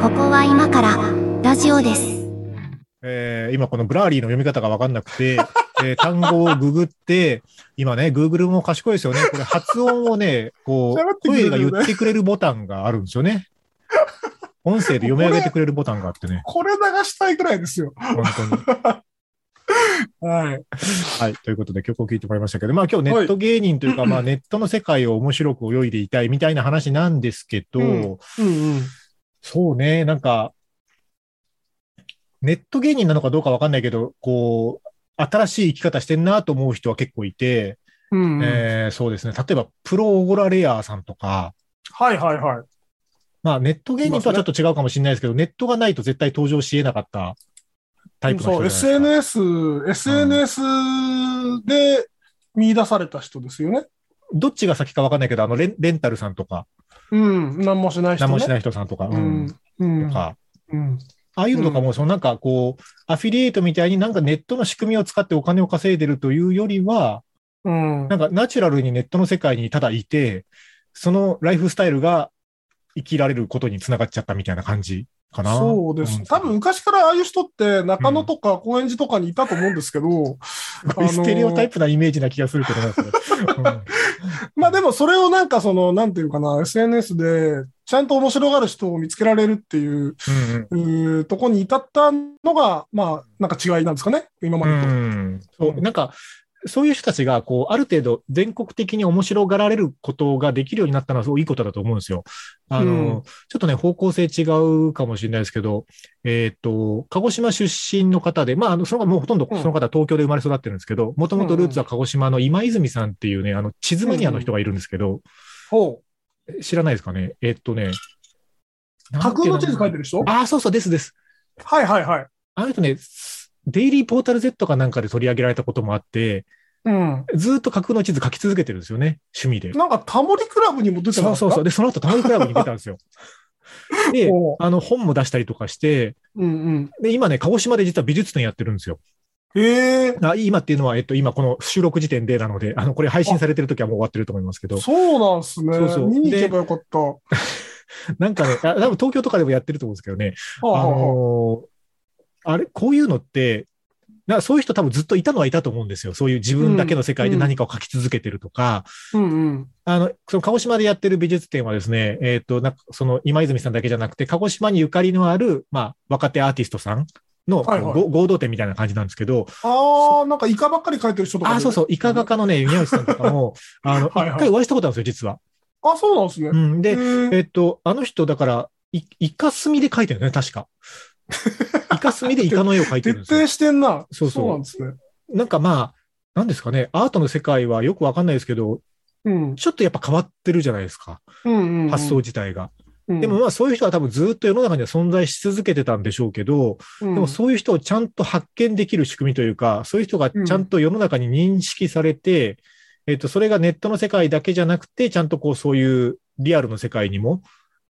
S1: ここは今からラジオです。
S2: えー今このブラーリーの読み方がわかんなくて、えー単語をググって、今ね、Google も賢いですよね。これ発音をね、こ
S3: 喋っ
S2: う、
S3: てくれる
S2: 声
S3: よね
S2: が言ってくれるボタンがあるんですよね。音声で読み上げてくれるボタンがあってね。
S3: これ流したいくらいですよ。
S2: 本当に。
S3: はい。
S2: はい。ということで曲を聴いてもらいましたけど、まあ今日ネット芸人というか、まあネットの世界を面白く泳いでいたいみたいな話なんですけど、
S3: うんうんうん。
S2: そうね、なんか、ネット芸人なのかどうかわかんないけど、こう、新しい生き方してんなと思う人は結構いて、
S3: うんうん
S2: えーそうですね。例えば、プロオゴラレアーさんとか、
S3: はいはいはい。
S2: まあネット芸人とはちょっと違うかもしれないですけど、ネットがないと絶対登場し得なかったタイプの
S3: そ
S2: 人
S3: う、
S2: じゃないですか。
S3: SNS、SNS で見出された人ですよね。
S2: どっちが先かわかんないけど、あのレン、レンタルさんとか、
S3: うん、何もしない人、
S2: 何
S3: ね。
S2: もし
S3: い。
S2: ない人さんとか、
S3: う
S2: うん
S3: ん。うん
S2: と。か、
S3: うん。
S2: ああいうのとかも、そのなんかこう、アフィリエイトみたいになんかネットの仕組みを使ってお金を稼いでるというよりは、
S3: うん
S2: なんかナチュラルにネットの世界にただいて、そのライフスタイルが生きられることにつながっちゃったみたいな感じかな。
S3: そうです。多分、昔からああいう人って中野とか高円寺とかにいたと思うんですけど、
S2: これステレオタイプなイメージな気がするけどな、そ れうん
S3: まあでもそれをなんかその、なんていうかな、SNS でちゃんと面白がる人を見つけられるっていう
S2: うん
S3: うーとこに至ったのが、まあなんか違いなんですかね、今ま
S2: う
S3: でと。
S2: んそうなんか、そういう人たちが、こう、ある程度全国的に面白がられることができるようになったのはすごいいいことだと思うんですよ。あの、
S3: うん
S2: ちょっとね、方向性違うかもしれないですけど、えっ、と、鹿児島出身の方で、まあ、あの、その方もうほとんど
S3: うん
S2: その方、東京で生まれ育ってるんですけど、もともとルーツは鹿児島の今泉さんっていうね、あの、地図マニアの人がいるんですけど、
S3: ほ
S2: 知らないですかねえっ、とね、
S3: う。架空の地図書い
S2: て
S3: てる人
S2: ああ、そうそう、ですです。
S3: はいはいはい。
S2: あの人ね、デイリーポータル Z かなんかで取り上げられたこともあって、
S3: うん。
S2: ずっと架空の地図書き続けてるんですよね、趣味で。
S3: なんかタモリクラブにも出て
S2: そ
S3: ま
S2: う
S3: す
S2: そうそう。で、その後、タモリクラブに出たんです よ。で、
S3: おう
S2: あの、本も出したりとかして、
S3: うんうん。
S2: で、今ね、鹿児島で実は美術展やってるんですよ。
S3: ええ
S2: あ今っていうのは、えっと、今この収録時点でなので、あの、これ配信されてる時はもう終わってると思いますけど、
S3: そうなんすね。
S2: そうそう
S3: 見に行けばよかった。は
S2: なんかね、あ多分東京とかでもやってると思うんですけどね、
S3: あ
S2: あ
S3: はあはあ
S2: のーあれ、こういうのって、なそういう人多分ずっといたのはいたと思うんですよ。そういう自分だけの世界で何かを書き続けてるとか、
S3: うんうん。
S2: あの、その鹿児島でやってる美術展はですね、えっ、と、なんかその今泉さんだけじゃなくて、鹿児島にゆかりのある、まあ、若手アーティストさんの、
S3: はいはい
S2: ご合同展みたいな感じなんですけど、
S3: ああ、なんかイカばっかり描いてる人とか。
S2: あ、そうそう、イカ画。家のね、宮内さんとかも、あの、一
S3: はいはい
S2: 回お会いしたことあるんですよ、実は。
S3: あ、そうなんすね
S2: う。ん、で、
S3: で、
S2: えっと、あの人、だから、いイカ墨で描いてるんだよね、確 か。イカ墨でイカの絵を描いてるんで
S3: 徹
S2: すよ
S3: 底。してんな。
S2: そうそう
S3: なんですね。
S2: なんかまあ、なんですかね、アートの世界はよくわかんないですけど、
S3: うん。
S2: ちょっとやっぱ変わってるじゃないですか、
S3: うんうん。
S2: 発想自体が。
S3: うん。
S2: でも
S3: うん、
S2: まあそういう人は多分ずっと世の中には存在し続けてたんでしょうけど、
S3: で
S2: でもそういう人をちゃんと発見できる仕組みというか、そういう人がちゃんと世の中に認識されて、えっと、それがネットの世界だけじゃなくて、ちゃんとこうそういうリアルの世界にも、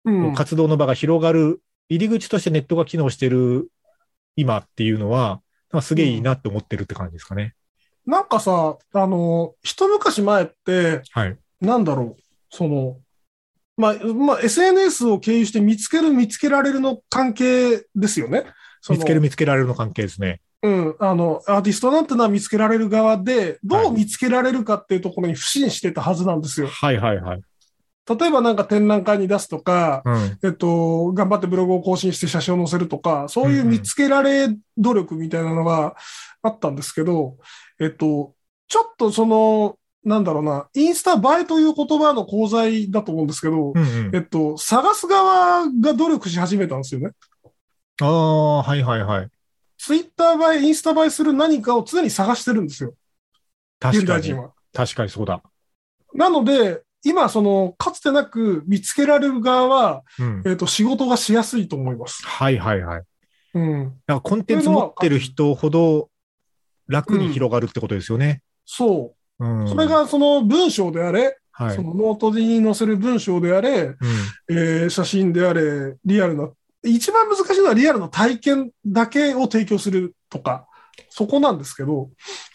S3: う
S2: こ
S3: ん
S2: う活動の場が広がる、入り口としてネットが機能してる今っていうのは、なんかすげえいいなって思ってるって感じですかね。
S3: なんかさ、あの、一昔前って、
S2: はい。
S3: なんだろう、その、まあ、まあ、SNS を経由して見つける、見つけられるの関係ですよね。その
S2: 見つける見つけられるの関係ですね。
S3: うん、あの、アーティストなんてのは見つけられる側で、
S2: は
S3: ど
S2: いう
S3: 見つけられるかっていうところに不審してたはずなんですよ。
S2: はいはいはい。
S3: 例えばなんか展覧会に出すとか、
S2: うん。
S3: えっと、頑張ってブログを更新して写真を載せるとか、そういう見つけられ努力みたいなのがあったんですけど、えっと、ちょっとその、なんだろうな、インスタ映えという言葉の功罪だと思うんですけど、
S2: うんうん、
S3: えっと、探す側が努力し始めたんですよね。
S2: ああ、はいはいはい。
S3: ツイッター映え、インスタ映えする何かを常に探してるんですよ、
S2: 確
S3: 現
S2: か
S3: 代人
S2: に。
S3: は。
S2: 確かにそうだ。
S3: なので、今、その、かつてなく見つけられる側は、
S2: うん。
S3: えっと、仕事がしやすいと思います。
S2: はいはいはい。
S3: うん。
S2: だからコンテンツ持ってる人ほど楽に広がるってことですよね。
S3: そう。
S2: うん。
S3: それ、がその文章であれ、
S2: はい。
S3: そうのノートに載せる文章であれ、
S2: ん。
S3: えー写真であれ、リアルな、一番難しいのはリアルな体験だけを提供するとか、そこなんですけど、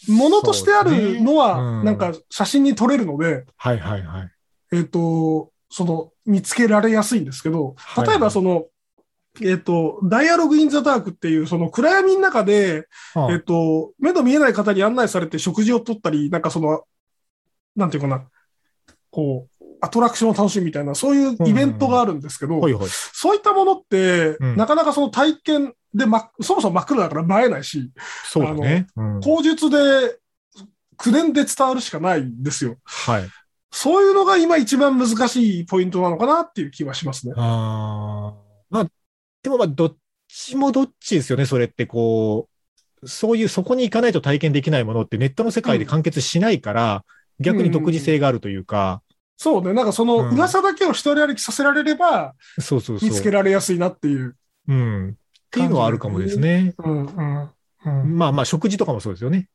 S3: ものとしてあ
S2: そうです
S3: る
S2: ね
S3: の
S2: う
S3: は、
S2: ん
S3: なんか写真に撮れるので、
S2: はいはいはい。
S3: えっ、と、その、見つけられやすいんですけど
S2: は、い
S3: 例えばその、えっ、と、ダイアログ・イン・ザ・ダークっていう、その暗闇の中で、
S2: あ
S3: えっと、目の見えない方に案内されて食事を取ったり、なんかその、なんていうかな、こう、アトラクションを楽しむみたいな、そういうイベントがあるんですけど、
S2: ほいほい。
S3: そういったものって、
S2: うん
S3: なかなかその体験で、ま、そもそも真っ暗だから映えないし、
S2: そうだね。うん。
S3: 口述で、口伝で伝わるしかないんですよ。
S2: はい。
S3: そういうのが今一番難しいポイントなのかなっていう気はしますね。
S2: ああ。まあ、でもまあ、どっちもどっちですよね、それってこう、そういう、そこに行かないと体験できないものってネットの世界で完結しないから、逆に独自性があるというか、
S3: そうね、なんかその
S2: うん
S3: 噂だけを一人歩きさせられれば、
S2: そうそうそう。
S3: 見つけられやすいなっていう。
S2: うん。っていうのはあるかもですね。
S3: うんうんうん
S2: まあまあ、食事とかもそうですよね。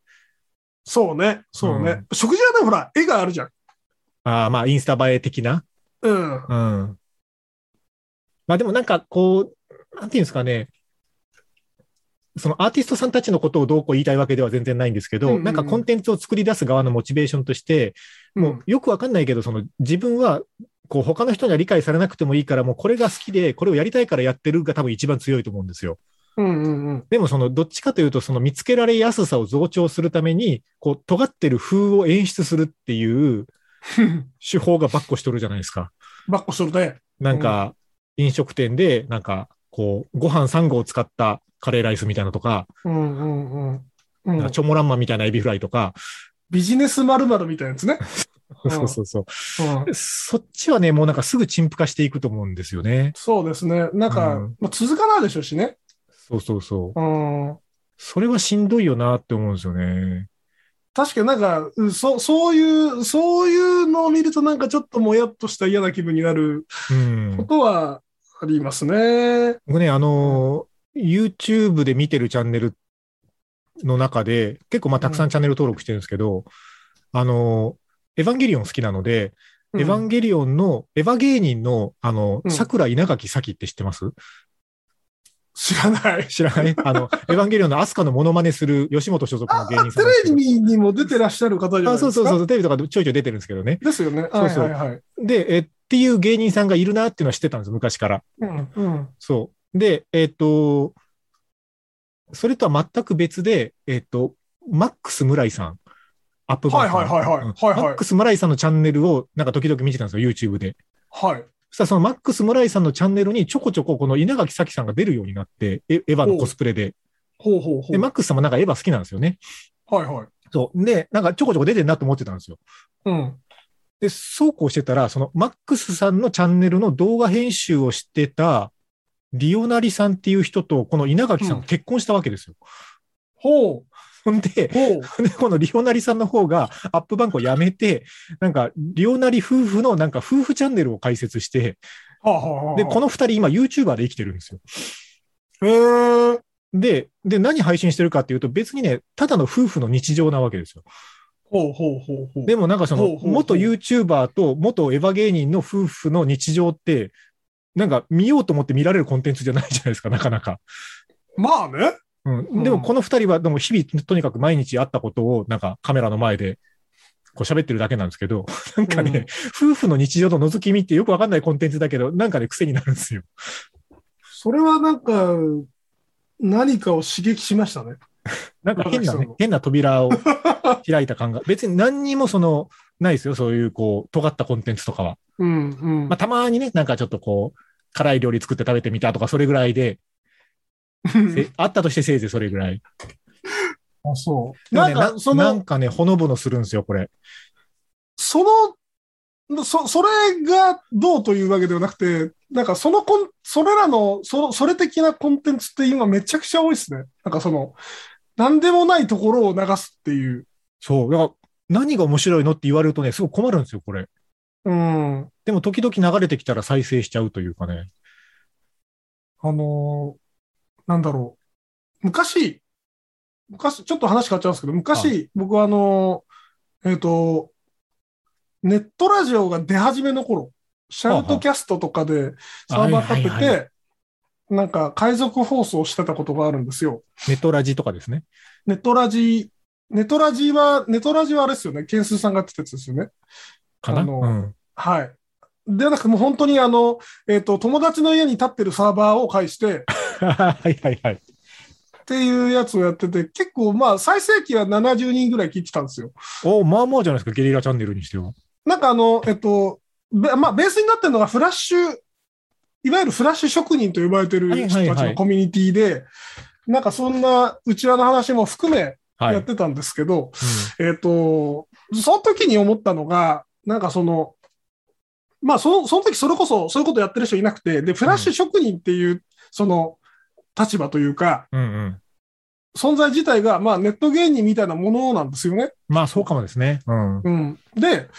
S3: そうね、そうね。
S2: うん
S3: 食事はね、ほら、絵があるじゃん。
S2: ああまあ、インスタ映え的な。
S3: うん。
S2: うん。まあでもなんか、こう、なんていうんですかね。そのアーティストさんたちのことをどうこう言いたいわけでは全然ないんですけ
S3: うんう
S2: ど、
S3: んうん
S2: なんかコンテンツを作り出す側のモチベーションとして、もうよくわかんないけど、その自分は、こう他の人には理解されなくてもいいから、もうこれが好きで、これをやりたいからやってるが多分一番強いと思うんですよ。
S3: うんうんうん。
S2: でもそのどっちかというと、その見つけられやすさを増長するために、こう尖ってる風を演出するっていう手法がばっこしとるじゃないですか。
S3: バッコしとるね。
S2: なんか飲食店で、なんかこう、ご飯3合使ったカレーライスみたいなのとか、
S3: うんうんうん。う
S2: なん
S3: ん
S2: か、チョモランマンみたいなエビフライとか、
S3: ビジネスまるみたいなや つね。うん
S2: そうそうそう。
S3: うん、
S2: そっちはね、もうなんかすぐ陳腐化していくと思うんですよね。
S3: そうですね。なんか、
S2: うん
S3: まあ、続かないでしょうしね。
S2: そうそうそう。
S3: うん、
S2: それはしんどいよなって思うんですよね。
S3: 確かになんかうんそ、そういう、そういうのを見るとなんかちょっともやっとした嫌な気分になる
S2: うん
S3: こ。とはありますね。
S2: 僕ね、あのー YouTube で見てるチャンネルの中で、結構まあたくさんチャンネル登録してるんですけど、あの、エヴァンゲリオン好きなので、エヴァンゲリオンの、エヴァ芸人の、あの
S3: う、ん
S2: 桜稲垣咲って知ってます、
S3: 知らない。
S2: 知らない あの、エヴァンゲリオンのアスカのモノマネする吉本所属の
S3: あ、
S2: 芸人
S3: テ
S2: さんなんですけ
S3: レ
S2: ど。
S3: ビにも出てらっしゃる方じゃ
S2: あ
S3: ないですか。
S2: そうそうそう、テレビとかちょいちょい出てるんですけどね。
S3: ですよね。
S2: そうそう
S3: はいはいはい。
S2: で、えっていう芸人さんがいるなっていうのは知ってたんです、昔から。
S3: うん。うん。
S2: そう。で、えっ、と、それとは全く別で、えっ、と、マックス村井さん、アップバ
S3: は
S2: ン
S3: い
S2: さん
S3: はいはいはい。
S2: うん
S3: はい
S2: マ
S3: は
S2: ッ
S3: い
S2: ク。ス村井さんのチャンネルをなんか時々見てたんですよ、YouTube で。
S3: はい。
S2: そしたらそのマックス村井さんのチャンネルにちょこちょここの稲垣咲さんが出るようになって、エエヴァのコスプレで。
S3: ほうほうほ
S2: で、マ
S3: う。
S2: ックスさんもなんかエヴァ好きなんですよね。
S3: はいはい。
S2: そう。で、なんかちょこちょこ出てるなと思ってたんですよ。
S3: うん。
S2: で、そうこうしてたら、そのマックスさんのチャンネルの動画編集をしてた、ディオナリさんっていう人と、この稲垣さん
S3: うん
S2: が結婚したわけですよ。
S3: ほう。
S2: ほんで、
S3: ほう。
S2: でこのリオナリさんの方がアップバンクをやめて、なんか、リオナリ夫婦のなんか夫婦チャンネルを開設して、
S3: はあはあはあはあ。
S2: で、この二人今 YouTuber で生きてるんですよ。
S3: へえ。
S2: で、で、何配信してるかっていうと、別にね、ただの夫婦の日常なわけですよ。
S3: ほうほうほうほう。
S2: でもなんかそ
S3: ほうほ
S2: の、
S3: うほう
S2: 元 YouTuber と元エヴァ芸人の夫婦の日常って、なんか見ようと思って見られるコンテンツじゃないじゃないですか、なかなか。
S3: まあね。
S2: うん。でもこの二人は、でも日々とにかく毎日会ったことを、なんかカメラの前で、こう喋ってるだけなんですけど、 なんかね、夫婦の日常の覗き見ってよくわかんないコンテンツだけど、なんかね、癖になるんですよ。
S3: それはなんか、何かを刺激しましたね。
S2: なんか変な
S3: なんか
S2: ね
S3: そう、
S2: 変な扉を開いた感が。別に何にもその、ないですよ、そういうこう、尖ったコンテンツとかは。
S3: うんうん。
S2: まあ、たまにね、なんかちょっとこう、辛い料理作って食べてみたとか、それぐらいで、せあったとしてせいぜいそれぐらい。
S3: あ、そう。
S2: でも
S3: なん
S2: ね
S3: か、そ
S2: な
S3: の
S2: ん、かね、ほのぼのするんですよ、これ。
S3: その、そ、それがどうというわけではなくて、なんかそのコン、それらの、そ、それ的なコンテンツって今めちゃくちゃ多いですね。なんかその、なんでもないところを流すっていう。
S2: そう。だから、何が面白いのって言われるとね、すごい困るんですよ、これ。
S3: うん。
S2: でも、時々流れてきたら再生しちゃうというかね。
S3: あのーなんだろう。昔、昔、ちょっと話変わっちゃうんですけど、
S2: は
S3: 昔、僕はあのーえっ、と、ネットラジオが出始めの頃、シャウトキャストとかでサーバー立
S2: はいはい
S3: てて、なんか海賊放送してたことがあるんですよ。
S2: ネトラジとかですね。
S3: ネットラジ、ネットラジは、ネットラジはあれですよね。ケンスーさんがやってたやつですよね。
S2: かな
S3: あ
S2: う
S3: の
S2: ん。
S3: はい。ではなくて、もう本当にあの、えっ、と、友達の家に立ってるサーバーを介して、
S2: はいはいはい。
S3: っていうやつをやってて、結構まあ最盛期は70人ぐらい聞いてたんですよ。
S2: おまあまあじゃないですか、ゲリラチャンネルにしては。
S3: なんかあの、えっと、べまあベースになってるのがフラッシュ、いわゆるフラッシュ職人と呼ばれてる
S2: はい
S3: 人
S2: はいはい
S3: たちのコミュニティで、なんかそんなうちわの話も含め
S2: はい。う
S3: やっ
S2: ん
S3: てたんですけど、えっと、その時に思ったのが、なんかその、まあその、その時それこそそういうことやってる人いなくて、で、フラッシュ職人っていう、その立場というか、
S2: うんうん。
S3: 存在自体が、まあネット芸人みたいなものなんですよね。
S2: まあ、そうかもですね。うん。
S3: うん、で、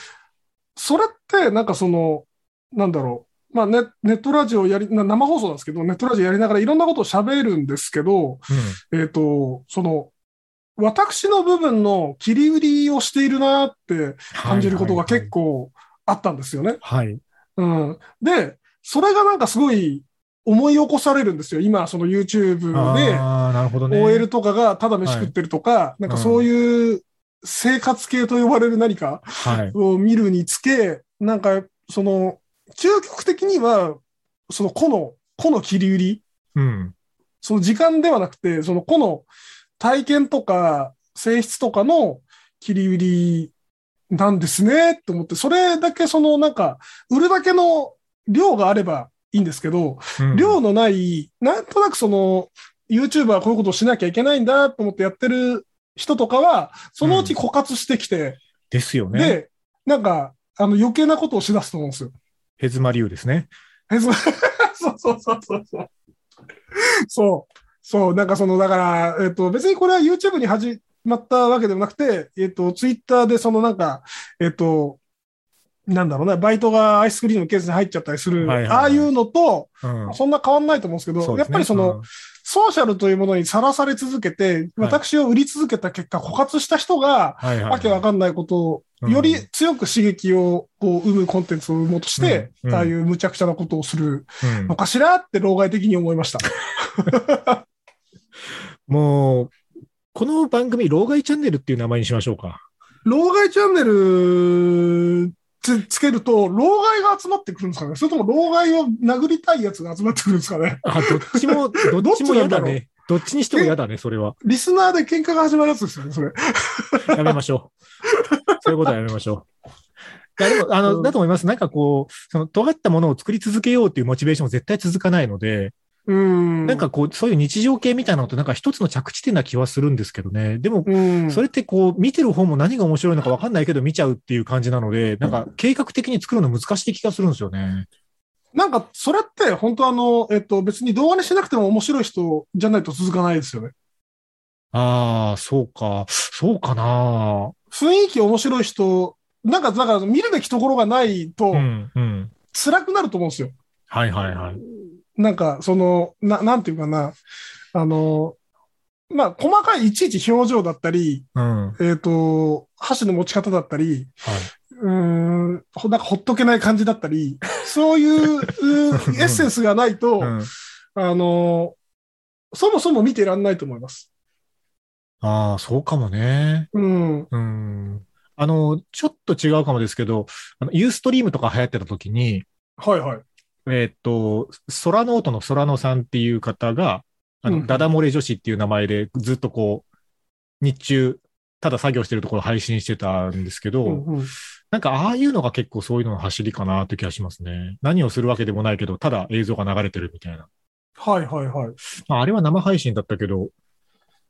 S3: それって、なんかその、なんだろう、まあネ、ネットラジオやり、な生放送なんですけど、ネットラジオやりながらいろんなことを喋るんですけど、えっ、と、その、私の部分の切り売りをしているなって感じることが結
S2: 構。
S3: 構あったんですよね。
S2: はい。
S3: うん、で、それがなんかすごい思い起こされるんですよ。今、その YouTube で、
S2: ああ、なるほどね。
S3: OL とかがただ飯食ってるとか、なんかそういう生活系と呼ばれる何か
S2: はい。
S3: を見るにつけ、なんか、その、究極的には、その個の、個の切り売り、
S2: うん。
S3: その時間ではなくて、その個の体験とか性質とかの切り売りなんですねって思って、それだけそのなんか、売るだけの量があればいいんですけど、
S2: うん
S3: 量のない、なんとなくその、YouTuber はこういうことをしなきゃいけないんだと思ってやってる人とかは、そのうち枯渇してきて、
S2: ですよね。
S3: で、なんか、あの、余計なことをしだすと思うんですよ。
S2: ヘズマリュウですね。
S3: へそそうそうそうそうそう。そう。そう。なんかその、だから、えっ、と、別にこれは YouTube に始まったわけでもなくて、えっ、と、Twitter でそのなんか、えっ、と、なんだろうね、バイトがアイスクリームのケースに入っちゃったりする、
S2: はいはいはい
S3: ああいうのと、
S2: うん。
S3: そんな変わんないと思うんですけど、
S2: そうで
S3: やっ
S2: すね
S3: ぱりその、、ソーシャルというものにさらされ続けて、私を売り続けた結果、枯渇した人が、
S2: はいはい。
S3: わけわかんないことを、より強く刺激をこう生むコンテンツを生もうとして、
S2: うんうん
S3: ああいう無茶苦茶なことをする
S2: うん
S3: のかしらって、老害的に思いました。
S2: もう、この番組、老害チャンネルっていう名前にしましょうか。
S3: 老害チャンネルつつけると、老害が集まってくるんですかねそれとも老害を殴りたいやつが集まってくるんですかね
S2: あ、どっち も、どっちも嫌だね。どっちにしても嫌だね、それは。
S3: リスナーで喧嘩が始まるやつですよね、それ。
S2: やめましょ う。そういうことはやめましょう。いやでも、あの、
S3: うん
S2: だと思います。なんかこう、その、尖ったものを作り続けようっていうモチベーション絶対続かないので、
S3: うん。
S2: なんかこう、そういう日常系みたいなのとなんか一つの着地点な気はするんですけどね。でも、
S3: うん。
S2: それってこう、見てる方も何が面白いのか分かんないけど見ちゃうっていう感じなので、なんか計画的に作るの難しい気がするんですよね。
S3: なんか、それって、本当あの、えっと、別に動画にしなくても面白い人じゃないと続かないですよね。
S2: ああ、そうか。そうかな。
S3: 雰囲気面白い人、なんか、だから見るべきところがないと
S2: う、ん、うん。
S3: 辛くなると思うんですよ。
S2: はいはいはい。
S3: なんか、その、な、なんていうかな、あの、まあ、細かいいちいち表情だったり、
S2: うん。はい。
S3: えっ、と、箸の持ち方だったり、うーん、ほなんかほっとけない感じだったり、そ ういううーエッセンスがないと、
S2: うん、
S3: あの、そもそも見てらんないと思います。
S2: ああ、そうかもね。
S3: うん。
S2: うん。あの、ちょっと違うかもですけど、あのユーストリームとか流行ってた時に、
S3: はいはい。
S2: えーっと、ソラノートのソラノさんっていう方が、あの、
S3: うん
S2: ダダ漏れ女子っていう名前でずっとこう、日中、ただ作業してるところ配信してたんですけど、
S3: うんうん
S2: なんかああいうのが結構そういうのの走りかなって気がしますね。何をするわけでもないけど、ただ映像が流れてるみたいな。
S3: はいはいはい。
S2: まあ、あれは生配信だったけど、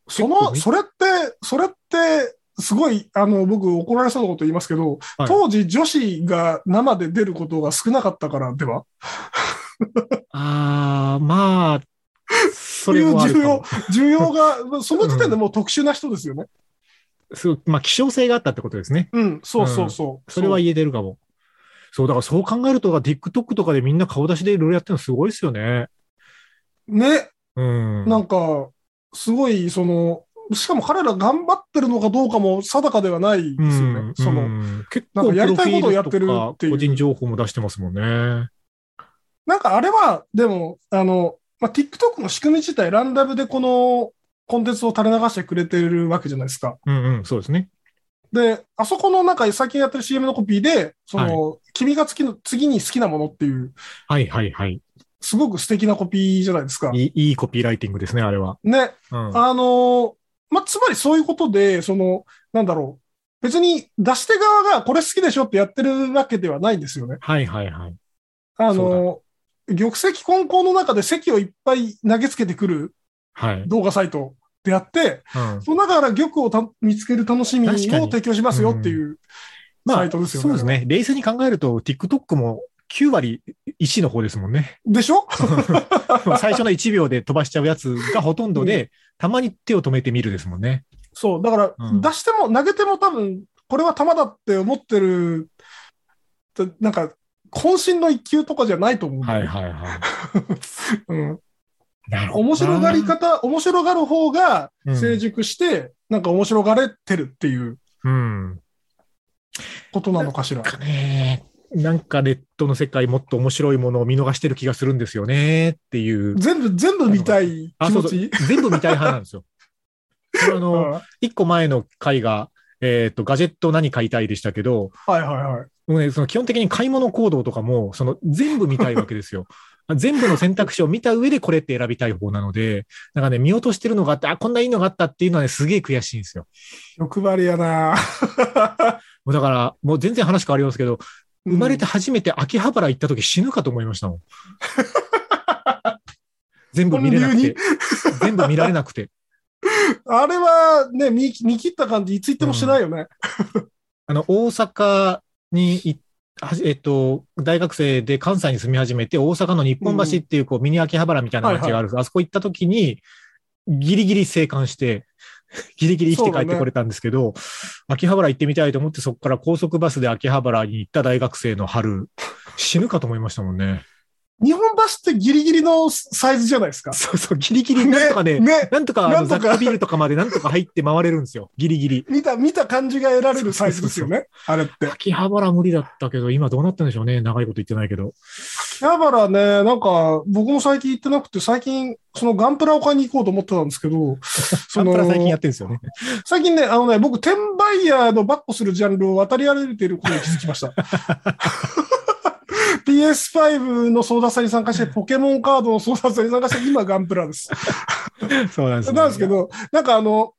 S3: そ
S2: 結構
S3: の、
S2: ね
S3: それって、それって、すごい、あの、僕怒られそうなこと言いますけど、
S2: はい
S3: 当時女子が生で出ることが少なかったからでは
S2: ああ、まあ、そ
S3: とい
S2: れ
S3: う
S2: もある
S3: 需
S2: かも
S3: 要、 需要が、その時点でもう特殊な人ですよね。
S2: すごいまあ、希少性があったってことですね。
S3: うん、そうそうそう。
S2: それは
S3: う
S2: 言えてるかも。そう、だからそう考えると、TikTok とかでみんな顔出しでいろいろやってるのすごいですよね。
S3: ね、
S2: うん。
S3: なんか、すごい、その、しかも彼ら頑張ってるのかどうかも定かではないです
S2: う
S3: よ
S2: ん
S3: ね。
S2: うん
S3: その、
S2: 結
S3: なん
S2: 構
S3: かやりたいことをやって
S2: プロフィール
S3: る
S2: とか
S3: っていう
S2: 個人情報も出してますもんね。
S3: なんかあれは、でも、あの、まあ、TikTok の仕組み自体、ランダムでこのコンテンツを垂れ流してくれてるわけじゃないですか。
S2: うんうん、そうですね。
S3: で、あそこのなんか最近やってる CM のコピーで、その、君が次の、次に好きなものっていう、
S2: はいはいはい。
S3: すごく素敵なコピーじゃないですか。
S2: いいいいコピーライティングですね、あれは。
S3: ね、
S2: うん。
S3: あの、まあ、つまりそういうことで、その、なんだろう。別に出し手側がこれ好きでしょってやってるわけではないんですよね。
S2: はいはいはい。
S3: あの、玉石混交の中で石をいっぱい投げつけてくる
S2: はい。
S3: 動画サイトであって、その中から玉をた見つける楽しみを
S2: 確かに
S3: 提供しますよっていうサイトですよね。
S2: そうですね。冷静に考えると、TikTok も9割石の方ですもんね。
S3: でしょ
S2: 最初の1秒で飛ばしちゃうやつがほとんどで、たまに手を止めてみるですもんね。
S3: そう。だから、
S2: うん
S3: 出しても投げても多分、これは球だって思ってる、てなんか、渾身の一球とかじゃないと思うんだよ
S2: はい
S3: ね。
S2: はいはい。
S3: うん
S2: なるほどな
S3: 面白がり方、面白がる方が
S2: うん
S3: 成熟して、なんか面白がれてるっていう
S2: うん。
S3: ことなのかしら
S2: なん。かね、なんかネットの世界もっと面白いものを見逃してる気がするんですよねっていう。
S3: 全部、全部見たい
S2: あ、
S3: 気
S2: そ
S3: 持
S2: うそう
S3: ち。
S2: 全部見たい派なん ですよ。これあ
S3: うん
S2: の、
S3: はい
S2: 一個前の回が、えっ、と、ガジェット何買いたいでしたけど、
S3: はいはい。
S2: もうね、その基本的に買い物行動とかも、その全部見たいわけです よ。全部の選択肢を見た上でこれって選びたい方なので、なんかね、見落としてるのがあって、あ、こんないいのがあったっていうのはね、すげえ悔しいんですよ。
S3: 欲張りやな
S2: もうだから、もう全然話変わりますけど、生まれて
S3: た。
S2: 初めて秋葉原行った時死ぬかと思いま したもん。全部
S3: こ
S2: 見
S3: の理
S2: れなく
S3: 由に
S2: て。全部見られなくて。
S3: あれはね、見見切った感じ、いつ行ってもしてないよね。
S2: あの、大阪に行っはじえっと、大学生で関西に住み始めて、大阪の日本橋っていう、こう、ミニ秋葉原みたいな街がある、あそこ行った時に、ギリギリ生還して、 ギリギリ生きて帰ってこれたんですけど、秋葉原行ってみたいと思って、そこから高速バスで秋葉原に行った大学生の春、死ぬかと思いましたもんね。
S3: 日本橋ってギリギリのサイズじゃないですか。
S2: そうそう、ギリギリなんとかね、
S3: ね。
S2: なんとかあ
S3: な
S2: の
S3: んと
S2: 雑
S3: か
S2: 貨ビルとかまでなんとか入って回れるんです よ。ギリギリ。
S3: 見た、見た感じが得られるサイズですよね。あれって。
S2: 秋葉原無理だったけど、今どうなったんでしょうね。長いこと言ってないけど。
S3: だからね、なんか、僕も最近行ってなくて、最近、そのガンプラを買いに行こうと思ってたんですけ ど、
S2: サ
S3: そ
S2: ン
S3: の
S2: プラ最近やってるんですよね。
S3: 最近ね、あのね、僕、転売ヤーのバッコするジャンルを渡り歩いていることに気づきま した。PS5 の争奪戦に参加して、ポケモンカードの争奪戦に参加して、今、ガンプラです。
S2: そうなんです、ね。
S3: なんですけど、なんかあの、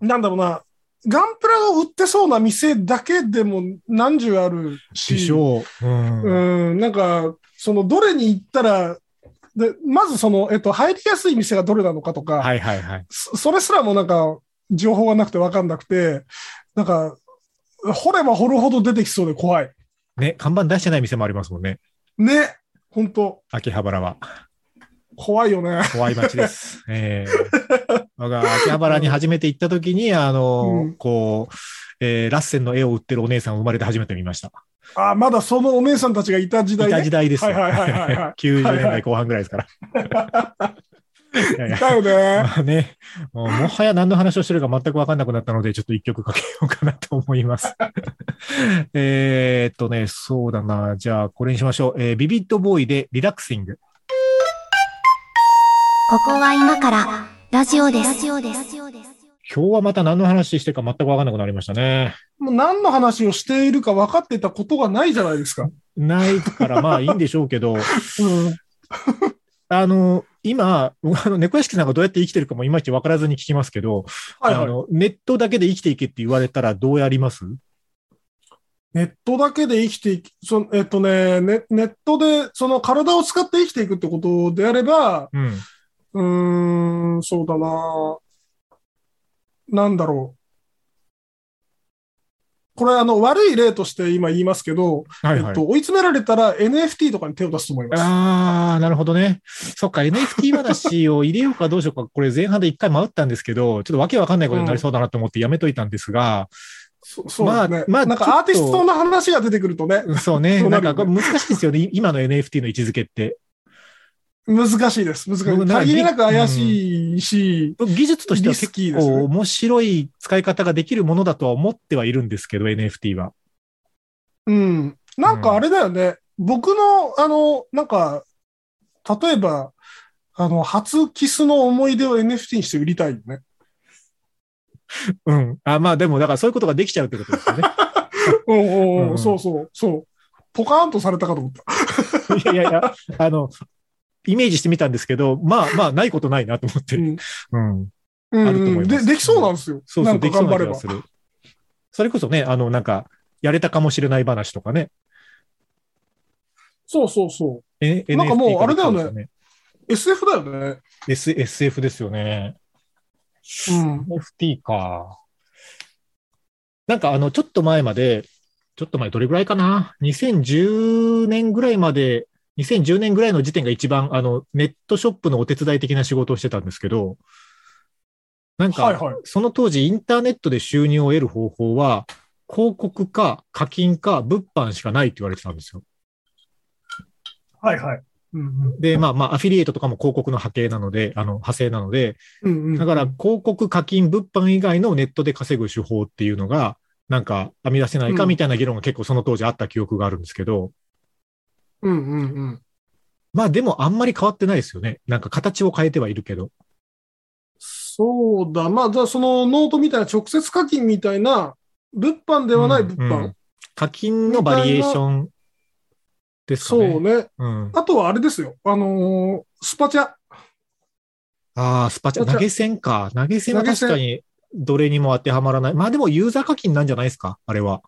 S3: なんだろうな、ガンプラを売ってそうな店だけでも何十あるし、
S2: でしょう。うん。
S3: うん、なんか、その、どれに行ったら、で、まずその、えっと、入りやすい店がどれなのかとか、
S2: はいはいはい。
S3: そそれすらもなんか、情報がなくて分かんなくて、なんか、掘れば掘るほど出てきそうで怖い。
S2: ね、看板出してない店もありますもんね。
S3: ね、本当
S2: 秋葉原は。
S3: 怖いよね。
S2: 怖い街です。 ええ我が秋葉原に初めて行った時に、あの、
S3: うん
S2: こう、えーラッセンの絵を売ってるお姉さんを生まれて初めて見ました。
S3: あ、まだそのお姉さんたちがいた時
S2: い
S3: 代、ね、
S2: た時代ですよ。
S3: はいはいはいは いはい
S2: 90年代後半ぐらいですから。 いやいや
S3: だよね。
S2: まあね、もうもはや何の話をしてるか全く分かんなくなったので、ちょっと一曲かけようかなと思い ます。えーっとね、そうだな。じゃあ、これにしましょう。えービビッドボーイでリラクシング。
S1: ここは今からラジオです。ラジオです。
S2: 今日はまた何の話してるか全く分かんなくなりましたね。
S3: もう何の話をしているか分かってたことがないじゃないですか。
S2: ないから、まあいいんでしょうけ ど、
S3: うん。
S2: あの、今、僕あの、猫屋敷さんがどうやって生きてるかもいまいち分からずに聞きますけど、
S3: はいは
S2: あ
S3: い。
S2: の、ネットだけで生きていけって言われたらどうやります
S3: ネットだけで生きていき、そのえっとねね、ネットで、その体を使って生きていくってことであれば、
S2: うん。
S3: うーん、そうだな。なんだろう。これ、あの、悪い例として今言いますけど、
S2: はいは
S3: え
S2: い。
S3: っと、追い詰められたら NFT とかに手を出すと思います。
S2: ああ、なるほどね。そっ か、NFT 話を入れようかどうしようか、これ前半で一回迷ったんですけど、ちょっとわけわかんないことになりそうだなと思ってやめといたんですが、
S3: そそうですね。
S2: まあまあ
S3: なん
S2: ちょっ
S3: か
S2: と
S3: アーティストの話が出てくるとね、
S2: そうね、
S3: そう
S2: な
S3: なんるよ
S2: か
S3: ね
S2: これ難しいですよね、い今の NFT の位置づけって。
S3: 難しいです。難し
S2: 僕な
S3: い。
S2: んか
S3: 限りなく怪しいし、
S2: 技術としては結
S3: リスキーですね
S2: 構面白い使い方ができるものだとは思ってはいるんですけど、NFT は。
S3: うん。なんかあれだよね。僕の、あの、なんか、例えば、あの、初キスの思い出を NFT にして売りたいよね。
S2: うん。あまあでも、だからそういうことができちゃうってこと ですよね。
S3: うんうんうん
S2: うん
S3: そうそう、そう。ポカーンとされたかと思った。
S2: いやいやいや、あの、イメージしてみたんですけど、まあまあ、ないことないなと思って。
S3: うん
S2: うん。
S3: うん
S2: あると思います
S3: で、できそうなんですよ。
S2: そう
S3: な
S2: そ
S3: ん
S2: う、
S3: か
S2: できそ
S3: 頑
S2: うな
S3: 張れ
S2: 気が
S3: ば
S2: す。る。それこそね、あの、なんか、やれたかもしれない話とかね。
S3: そうそうそ
S2: え
S3: なんかもう
S2: NFT
S3: あれだよね
S2: そうですね。
S3: う。SF だよね。
S2: S、SF ですよね。
S3: うん。
S2: NFT か。なんかあの、ちょっと前まで、ちょっと前どれぐらいかな ?2010 年ぐらいまで、2010年ぐらいの時点が一番、あの、ネットショップのお手伝い的な仕事をしてたんですけど、なんか、
S3: はいはい。
S2: その当時、インターネットで収入を得る方法は、広告か課金か物販しかないって言われてたんですよ。
S3: はいはい。うん
S2: で、まあまあ、アフィリエイトとかも広告の派遣なので、あの、派生なので、
S3: うん。うんうん
S2: だから、広告、課金、物販以外のネットで稼ぐ手法っていうのが、なんか、編み出せないか
S3: うん
S2: みたいな議論が結構その当時あった記憶があるんですけど、
S3: うんうんうん。
S2: まあでもあんまり変わってないですよね。なんか形を変えてはいるけど。
S3: そうだ。まあ、じゃあそのノートみたいな直接課金みたいな、物販ではない物
S2: うんう
S3: 販。
S2: ん課金のバリエーションですか
S3: そう
S2: ね。
S3: ね。
S2: うん。
S3: あとはあれですよ。あのースパチャ。
S2: ああ、スパチャ、
S3: スパチ
S2: 投
S3: ャ
S2: げ銭か。投げ銭は
S3: 投げ銭
S2: 確かにどれにも当てはまらない。まあでもユーザー課金なんじゃないですか、あれは。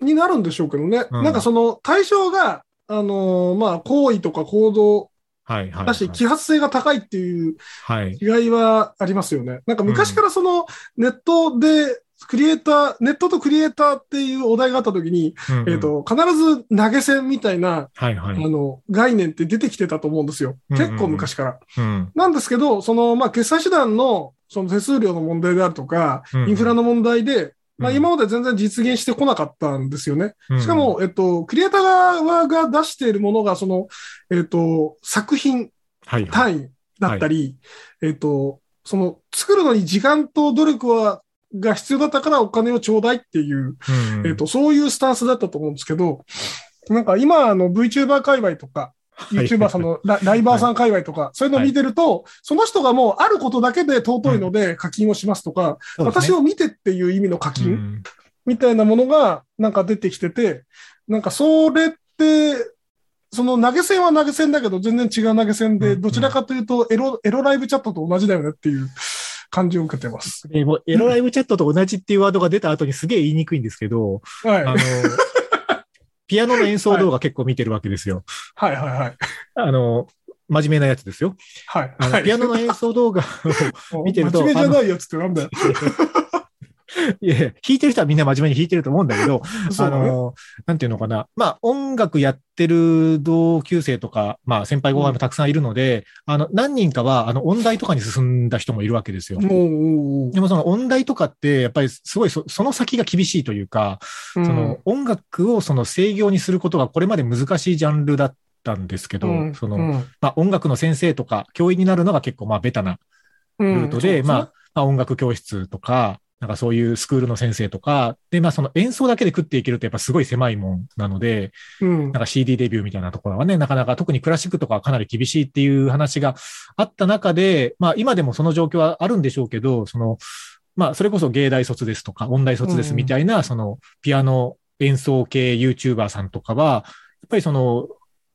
S3: になるんでしょうけどね。
S2: うん
S3: なんかその対象が、あのーまあ、行為とか行動
S2: はいはい、は
S3: だ
S2: い
S3: し、。揮発性が高いっていう
S2: はい。
S3: 違いはありますよね。なんか昔からそのネットで、クリエイター、ネットとクリエイターっていうお題があった時に、
S2: うんうん
S3: えっ、、と、必ず投げ銭みたいな、
S2: はいは
S3: あ
S2: い。
S3: の、概念って出てきてたと思うんですよ。
S2: うんうんうん
S3: 結構昔から。
S2: うん。
S3: なんですけど、その、まあ、決済手段の、その手数料の問題であるとか、
S2: うん
S3: インフラの問題で、まあ、今まで全然実現してこなかったんですよね。
S2: うん
S3: しか、も、えっと、クリエイター側が出しているものが、その、えっと、作品
S2: はいはい、
S3: 単位だったり、えっと、その、作るのに時間と努力は、が必要だったからお金をちょうだいっていう、
S2: うん
S3: えっと、そういうスタンスだったと思うんですけど、なんか今、あの、VTuber 界隈とか、YouTuber さん、
S2: は
S3: の ラライバーさん界隈とか、そういうのを見てると、その人がもうあることだけで尊いので課金をしますとか、
S2: いはい
S3: 私を見てっていう意味の課
S2: そうですね
S3: 金みたいなものがなんか出てきてて、なんかそれって、その投げ銭は投げ銭だけど全然違う投げ
S2: う
S3: 銭
S2: んう
S3: で、
S2: ん
S3: どちらかというとエロ、エロライブチャットと同じだよねっていう感じを受けてます。
S2: でもうエロライブチャットと同じっていうワードが出た後にすげえ言いにくいんですけど、
S3: はい。
S2: あの
S3: は い
S2: ピアノの演奏動画結構見てるわけですよ。
S3: はいはい。
S2: あの真面目なやつですよ。
S3: はい。
S2: あの
S3: はい、
S2: ピアノの演奏動 画を見てると
S3: 真面目じゃないやつってなんだよ。
S2: いやいや弾いてる人はみんな真面目に弾いてると思うんだけど、
S3: そ
S2: あ
S3: うだね。
S2: の、なんていうのかな。まあ、音楽やってる同級生とか、まあ、先輩後輩もたくさんいるので、あの、何人かは、あの、音大とかに進んだ人もいるわけですよ。
S3: もう、
S2: でもその音大とかって、やっぱりすごいそ、その先が厳しいというか、
S3: そ
S2: その音楽をその制御にすることがこれまで難しいジャンルだったんですけど、その、まあ、音楽の先生とか教員になるのが結構、まあ、ベタな
S3: ル
S2: ルートで、まあ、まあ、音楽教室とか、なんかそういうスクールの先生とか、で、まあその演奏だけで食っていけるとやっぱすごい狭いもんなので、
S3: うん
S2: なんか CD デビューみたいなところはね、なかなか特にクラシックとかはかなり厳しいっていう話があった中で、まあ今でもその状況はあるんでしょうけど、その、まあそれこそ芸大卒ですとか、音大卒ですみたいな、そのピアノ演奏系 YouTuber さんとかは、やっぱりその、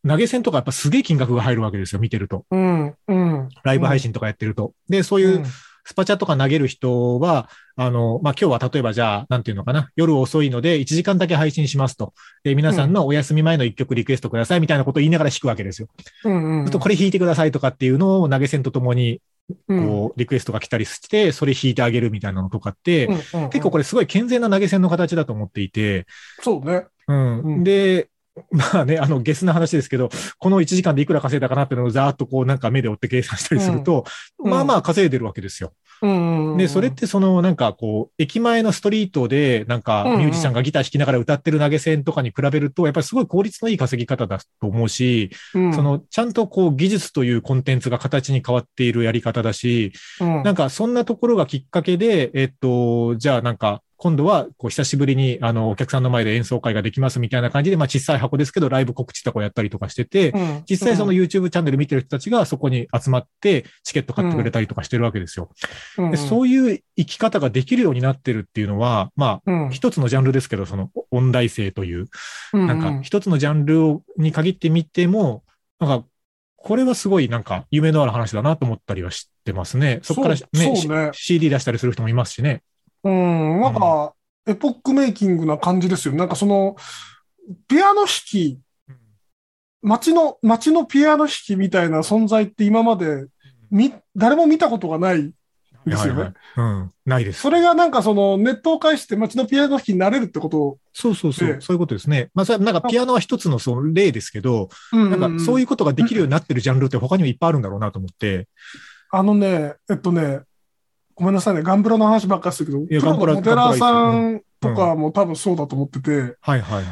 S2: 投げ銭とかやっぱすげえ金額が入るわけですよ、見てると。
S3: うん、うん。
S2: ライブ配信とかやってると。で、そういうスパチャとか投げる人は、あの、まあ、今日は例えばじゃあ、なんていうのかな、夜遅いので1時間だけ配信しますと。で、皆さんのお休み前の1曲リクエストくださいみたいなことを言いながら弾くわけですよ。
S3: うん、う
S2: ちょ
S3: ん。うん
S2: っとこれ弾いてくださいとかっていうのを投げ銭とともに、こう、リクエストが来たりして、それ弾いてあげるみたいなのとかって、
S3: うんうん
S2: 結構これすごい健全な投げ銭の形だと思っていて、
S3: そうね。
S2: うん。
S3: うん
S2: で、まあね、あの、ゲスな話ですけど、この1時間でいくら稼いだかなっていうのをざーっとこうなんか目で追って計算したりすると、
S3: うんうん
S2: まあまあ稼いでるわけですよ。
S3: うん。
S2: で、それっ、てそのなんかこう、駅前のストリートでなんか
S3: うんうん
S2: ミュージシャンがギター弾きながら歌ってる投げ銭とかに比べると、やっぱりすごい効率のいい稼ぎ方だと思うし、
S3: うん、
S2: そのちゃんとこう技術というコンテンツが形に変わっているやり方だし、
S3: うん、
S2: なんかそんなところがきっかけで、えっと、じゃあなんか、今度は、こう、久しぶりに、あの、お客さんの前で演奏会ができますみたいな感じで、まあ、小さい箱ですけど、ライブ告知とかをやったりとかしてて、
S3: うん
S2: 実際その YouTube チャンネル見てる人たちがそこに集まって、チケット買ってくれたりとかしてるわけですよ。
S3: うん
S2: でそういう生き方ができるようになってるっていうのは、ま
S3: うん
S2: あ、一つのジャンルですけど、その音大生という、なん
S3: う
S2: か
S3: う
S2: 一つのジャンルをに限ってみても、なんか、これはすごいなんか夢のある話だなと思ったりはしてますね。そこから
S3: そう
S2: ね
S3: そうね
S2: C- CD 出したりする人もいますしね。
S3: うん、なんか、エポックメイキングな感じですよ。なんかその、ピアノ弾き、街の、街のピアノ弾きみたいな存在って今まで、み、誰も見たことがない。ですよね
S2: はいはいうん。ないです。
S3: それがなんかその、ネットを介して街のピアノ弾きになれるってことを、
S2: そうそうそう、
S3: ええ
S2: そういうことですね。まあ、それなんかピアノは一つのその例ですけど、なんかそう
S3: い、
S2: いううことができるようになってるジャンルって他にもいっぱいあるんだろうなと思って。
S3: あのね、えっとね、ごめんなさいね、ガンプラの話ばっかりするけど、
S2: や
S3: プロの
S2: ガンプラ
S3: モデラーさんとかも多分そうだと思ってて、
S2: はいはいはい。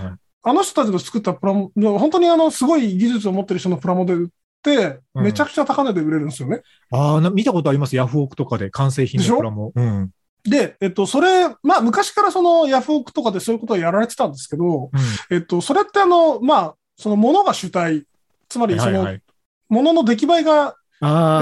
S3: あの人たちの作ったプラモ、本当にあの、すごい技術を持ってる人のプラモデルって、
S2: うん
S3: めちゃくちゃ高値で売れるんですよね。
S2: ああ、な見たことあります。ヤフオクとかで完成品のプラも。うん。
S3: で、えっと、それ、まあ、昔からそのヤフオクとかでそういうことをやられてたんですけど、
S2: うん
S3: えっと、それってあの、まあ、その物が主体、つま
S2: はい
S3: りそ
S2: はいは
S3: の
S2: い。
S3: 物の出来栄えが、
S2: あ
S3: えっ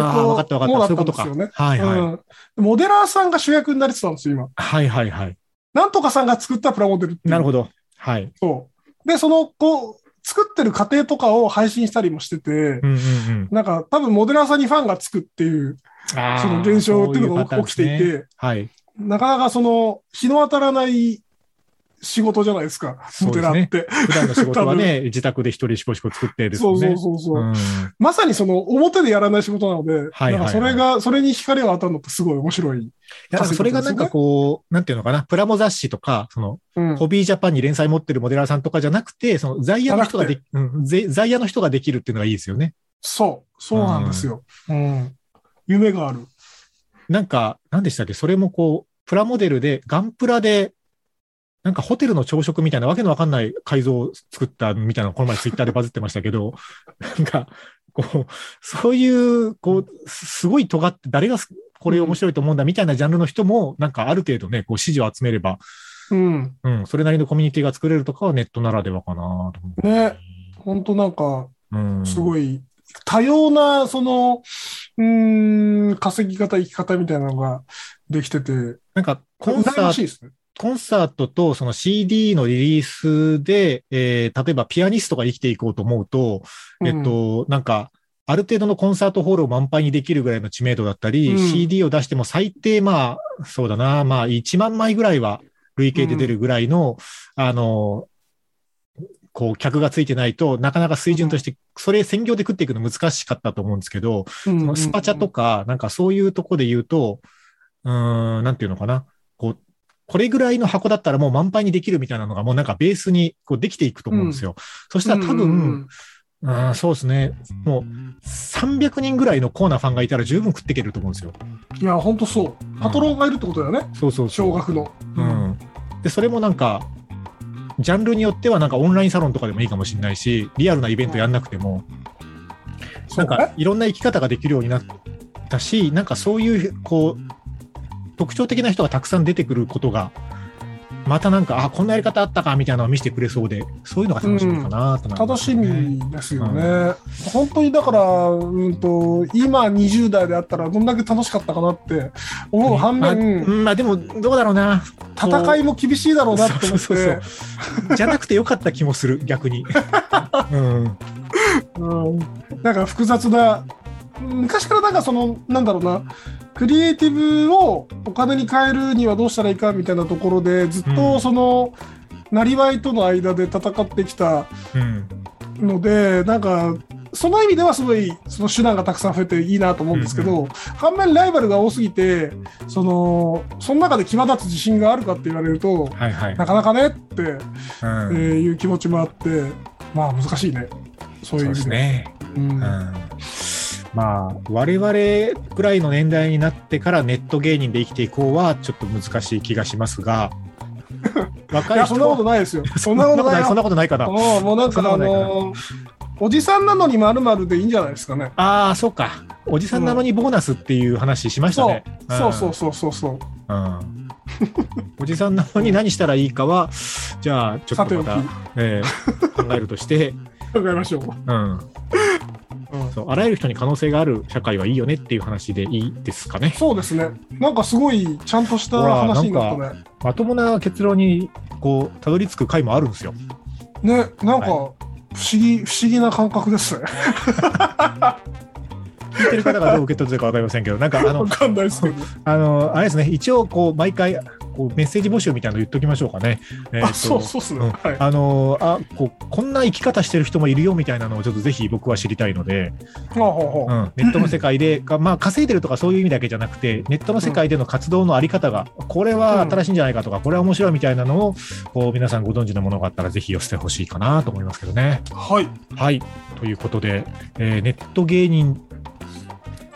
S2: あ、
S3: と
S2: わかったわか
S3: もう
S2: った。
S3: だっ
S2: そういう
S3: た
S2: こ
S3: んで
S2: と
S3: す
S2: か
S3: よ。ね。
S2: はいはい。
S3: うん。モデラーさんが主役になれてたんですよ、今。
S2: はいはいはい。
S3: なんとかさんが作ったプラモデルっていう
S2: なるほど。はい。
S3: そう。で、その、こう、作ってる過程とかを配信したりもしてて
S2: う、んうんうん。
S3: なんか多分モデラーさんにファンがつくっていう
S2: あー
S3: その現象っていうのが
S2: そう
S3: 起き
S2: パターン
S3: てい
S2: ですね
S3: て、
S2: はい。
S3: なかなかその、日の当たらない仕事じゃないですか、
S2: そ
S3: モ
S2: うで
S3: テ
S2: す
S3: ラー
S2: ね
S3: って。
S2: 普段の仕事は ね、自宅で一人しこしこ作ってです
S3: そ
S2: ね。
S3: うそうそうそう、
S2: うん
S3: まさにその、表でやらない仕事なので、
S2: はいはいはい
S3: なんかそれが、それに光が当たるのってすごい面白い。
S2: いやなんかそれがなんかこう、なんていうのかな、プラモ雑誌とか、その、
S3: うん
S2: ホビージャパンに連載持ってるモデラーさんとかじゃなくて、その、在野の人ができ、うん、ぜ在野の人ができるっていうのがいいですよね。
S3: そう、そうなんですよ。うん夢がある。
S2: なんか、何でしたっけそれもこう、プラモデルで、ガンプラで、なんかホテルの朝食みたいなわけのわかんない改造を作ったみたいなのこの前ツイッターでバズってましたけど、 なんか、こう、そういう、こう、すごい尖って、誰がすこれ面白いと思うんだみたいなジャンルの人も、なんかある程度ね、こう支持を集めれば、
S3: うん。
S2: うん、それなりのコミュニティが作れるとかはネットならではかなと思う。
S3: ね、本当なんか、
S2: うん。
S3: すごい、多様な、その、うーん、稼ぎ方、生き方みたいなのができてて、
S2: なんか、コンサ
S3: 羨ま
S2: ー
S3: しいですね。
S2: コンサートとその CD のリリースで、えー例えばピアニストが生きていこうと思うと、えっ
S3: うん、
S2: と、なんか、ある程度のコンサートホールを満杯にできるぐらいの知名度だったり、
S3: うん
S2: CD を出しても最低、まあ、そうだな、まあ、1万枚ぐらいは累計で出るぐらいの、あの、こう、客がついてないとなかなか水準として、それ専業で食っていくの難しかったと思うんですけど、
S3: うん
S2: そのスパチャと、か、なんかそういうとこで言うと、うーん、なんていうのかな。こう、これぐらいの箱だったらもう満杯にできるみたいなのがもうなんかベースにこうできていくと思うんですよ。そしたら多
S3: うんう
S2: 分、
S3: ん
S2: うん、そうですね。もう300人ぐらいのコーナーファンがいたら十分食っていけると思うんですよ。
S3: うんいや、本当そう。パトロンがいるってことだよね、
S2: そうそうそう。
S3: 小学の。
S2: うん。で、それもなんか、ジャンルによってはなんかオンラインサロンとかでもいいかもしれないし、リアルなイベントやんなくても、
S3: そ
S2: な
S3: うん
S2: かいろんな生き方ができるようになったし、なんかそういう、こう、特徴的な人がたくさん出てくることが、またなんか、あ、こんなやり方あったかみたいなのを見せてくれそうで、そういうのが楽しみかなと、
S3: 楽し。みですよね、本当にだから、うん、と今20代であったらどんだけ楽しかったかなって思う反
S2: まあ、う
S3: 面、
S2: んまあでも、どうだろうな。
S3: 戦いも厳しいだろうなって思って
S2: そうそうそう。じゃなくてよかった気もする、逆 に。うん。
S3: うんなんか複雑な昔からなんかそのなんだろうなクリエイティブをお金に変えるにはどうしたらいいかみたいなところでずっ
S2: うん
S3: とその、なりわいとの間で戦ってきた
S2: うん。
S3: のでなんかその意味ではすごいその手段がたくさん増えていいなと思うんですけど、反面ライバルが多すぎてそのその中で際立つ自信があるかって言われると
S2: はいはい。
S3: なかなかねって、え
S2: うん
S3: ーいう気持ちもあってまあ難しいねそう
S2: そう
S3: いう意
S2: で
S3: 味
S2: すね。
S3: うん
S2: まあ、我々くらいの年代になってからネット芸人で生きていこうはちょっと難しい気がします が、若
S3: い
S2: い
S3: や、
S2: 人
S3: そんなことないで すよ。そんなことない
S2: そん
S3: よ。
S2: なことないかな。
S3: うんもうなん
S2: そんなこ
S3: か、
S2: とないかな
S3: あのー、おじさんなのにまるまるでいいんじゃないですかね。
S2: ああ、そうか。おじさんなのにボーナスっていう話しました
S3: そう
S2: ね。、
S3: そうそうそうそうそう。
S2: うん。うんおじさんなのに何したらいいかは、じゃあ、ちょ
S3: さ
S2: ってと
S3: おき、
S2: ま
S3: 考
S2: た、えー考えるとして、
S3: えましょう。
S2: うん
S3: うん
S2: そう、あらゆる人に可能性がある社会はいいよねっていう話でいいですかね。
S3: そうですね。なんかすごい、ちゃんとした話になったね。
S2: まともな結論に、こう、たどり着く回もあるんですよ。
S3: ね、なんか、
S2: は
S3: 不思議、不思議な感覚ですね。
S2: 聞いてる方がどう受け取ってるかわかりませんけど、なんかあ
S3: わ
S2: の、
S3: かんないですけど。
S2: あの、あれですね、一応こう、毎回、こう、メッセージ募集みたいなの言っときましょうかね。えーと
S3: あ、そうそうっすね。
S2: うん
S3: はい。
S2: あのあこうこんな生き方してる人もいるよみたいなのをちょっとぜひ僕は知りたいので、
S3: ほうほうほ
S2: う、
S3: うん
S2: ネットの世界で、かまあ、稼いでるとかそういう意味だけじゃなくてネットの世界での活動のあり方がこれは新しいんじゃないかとかこれは面白いみたいなのをこう皆さんご存知のものがあったらぜひ寄せてほしいかなと思いますけどね。
S3: はい。
S2: はいということで、えーネット芸人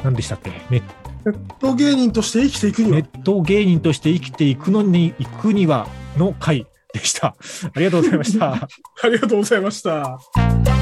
S2: 何でしたっけネッ
S3: と芸人として生きていくに
S2: ネ
S3: は、
S2: ット芸人として生きていくのに、行くにはの回でした。ありがとうございました。
S3: ありがとうございました。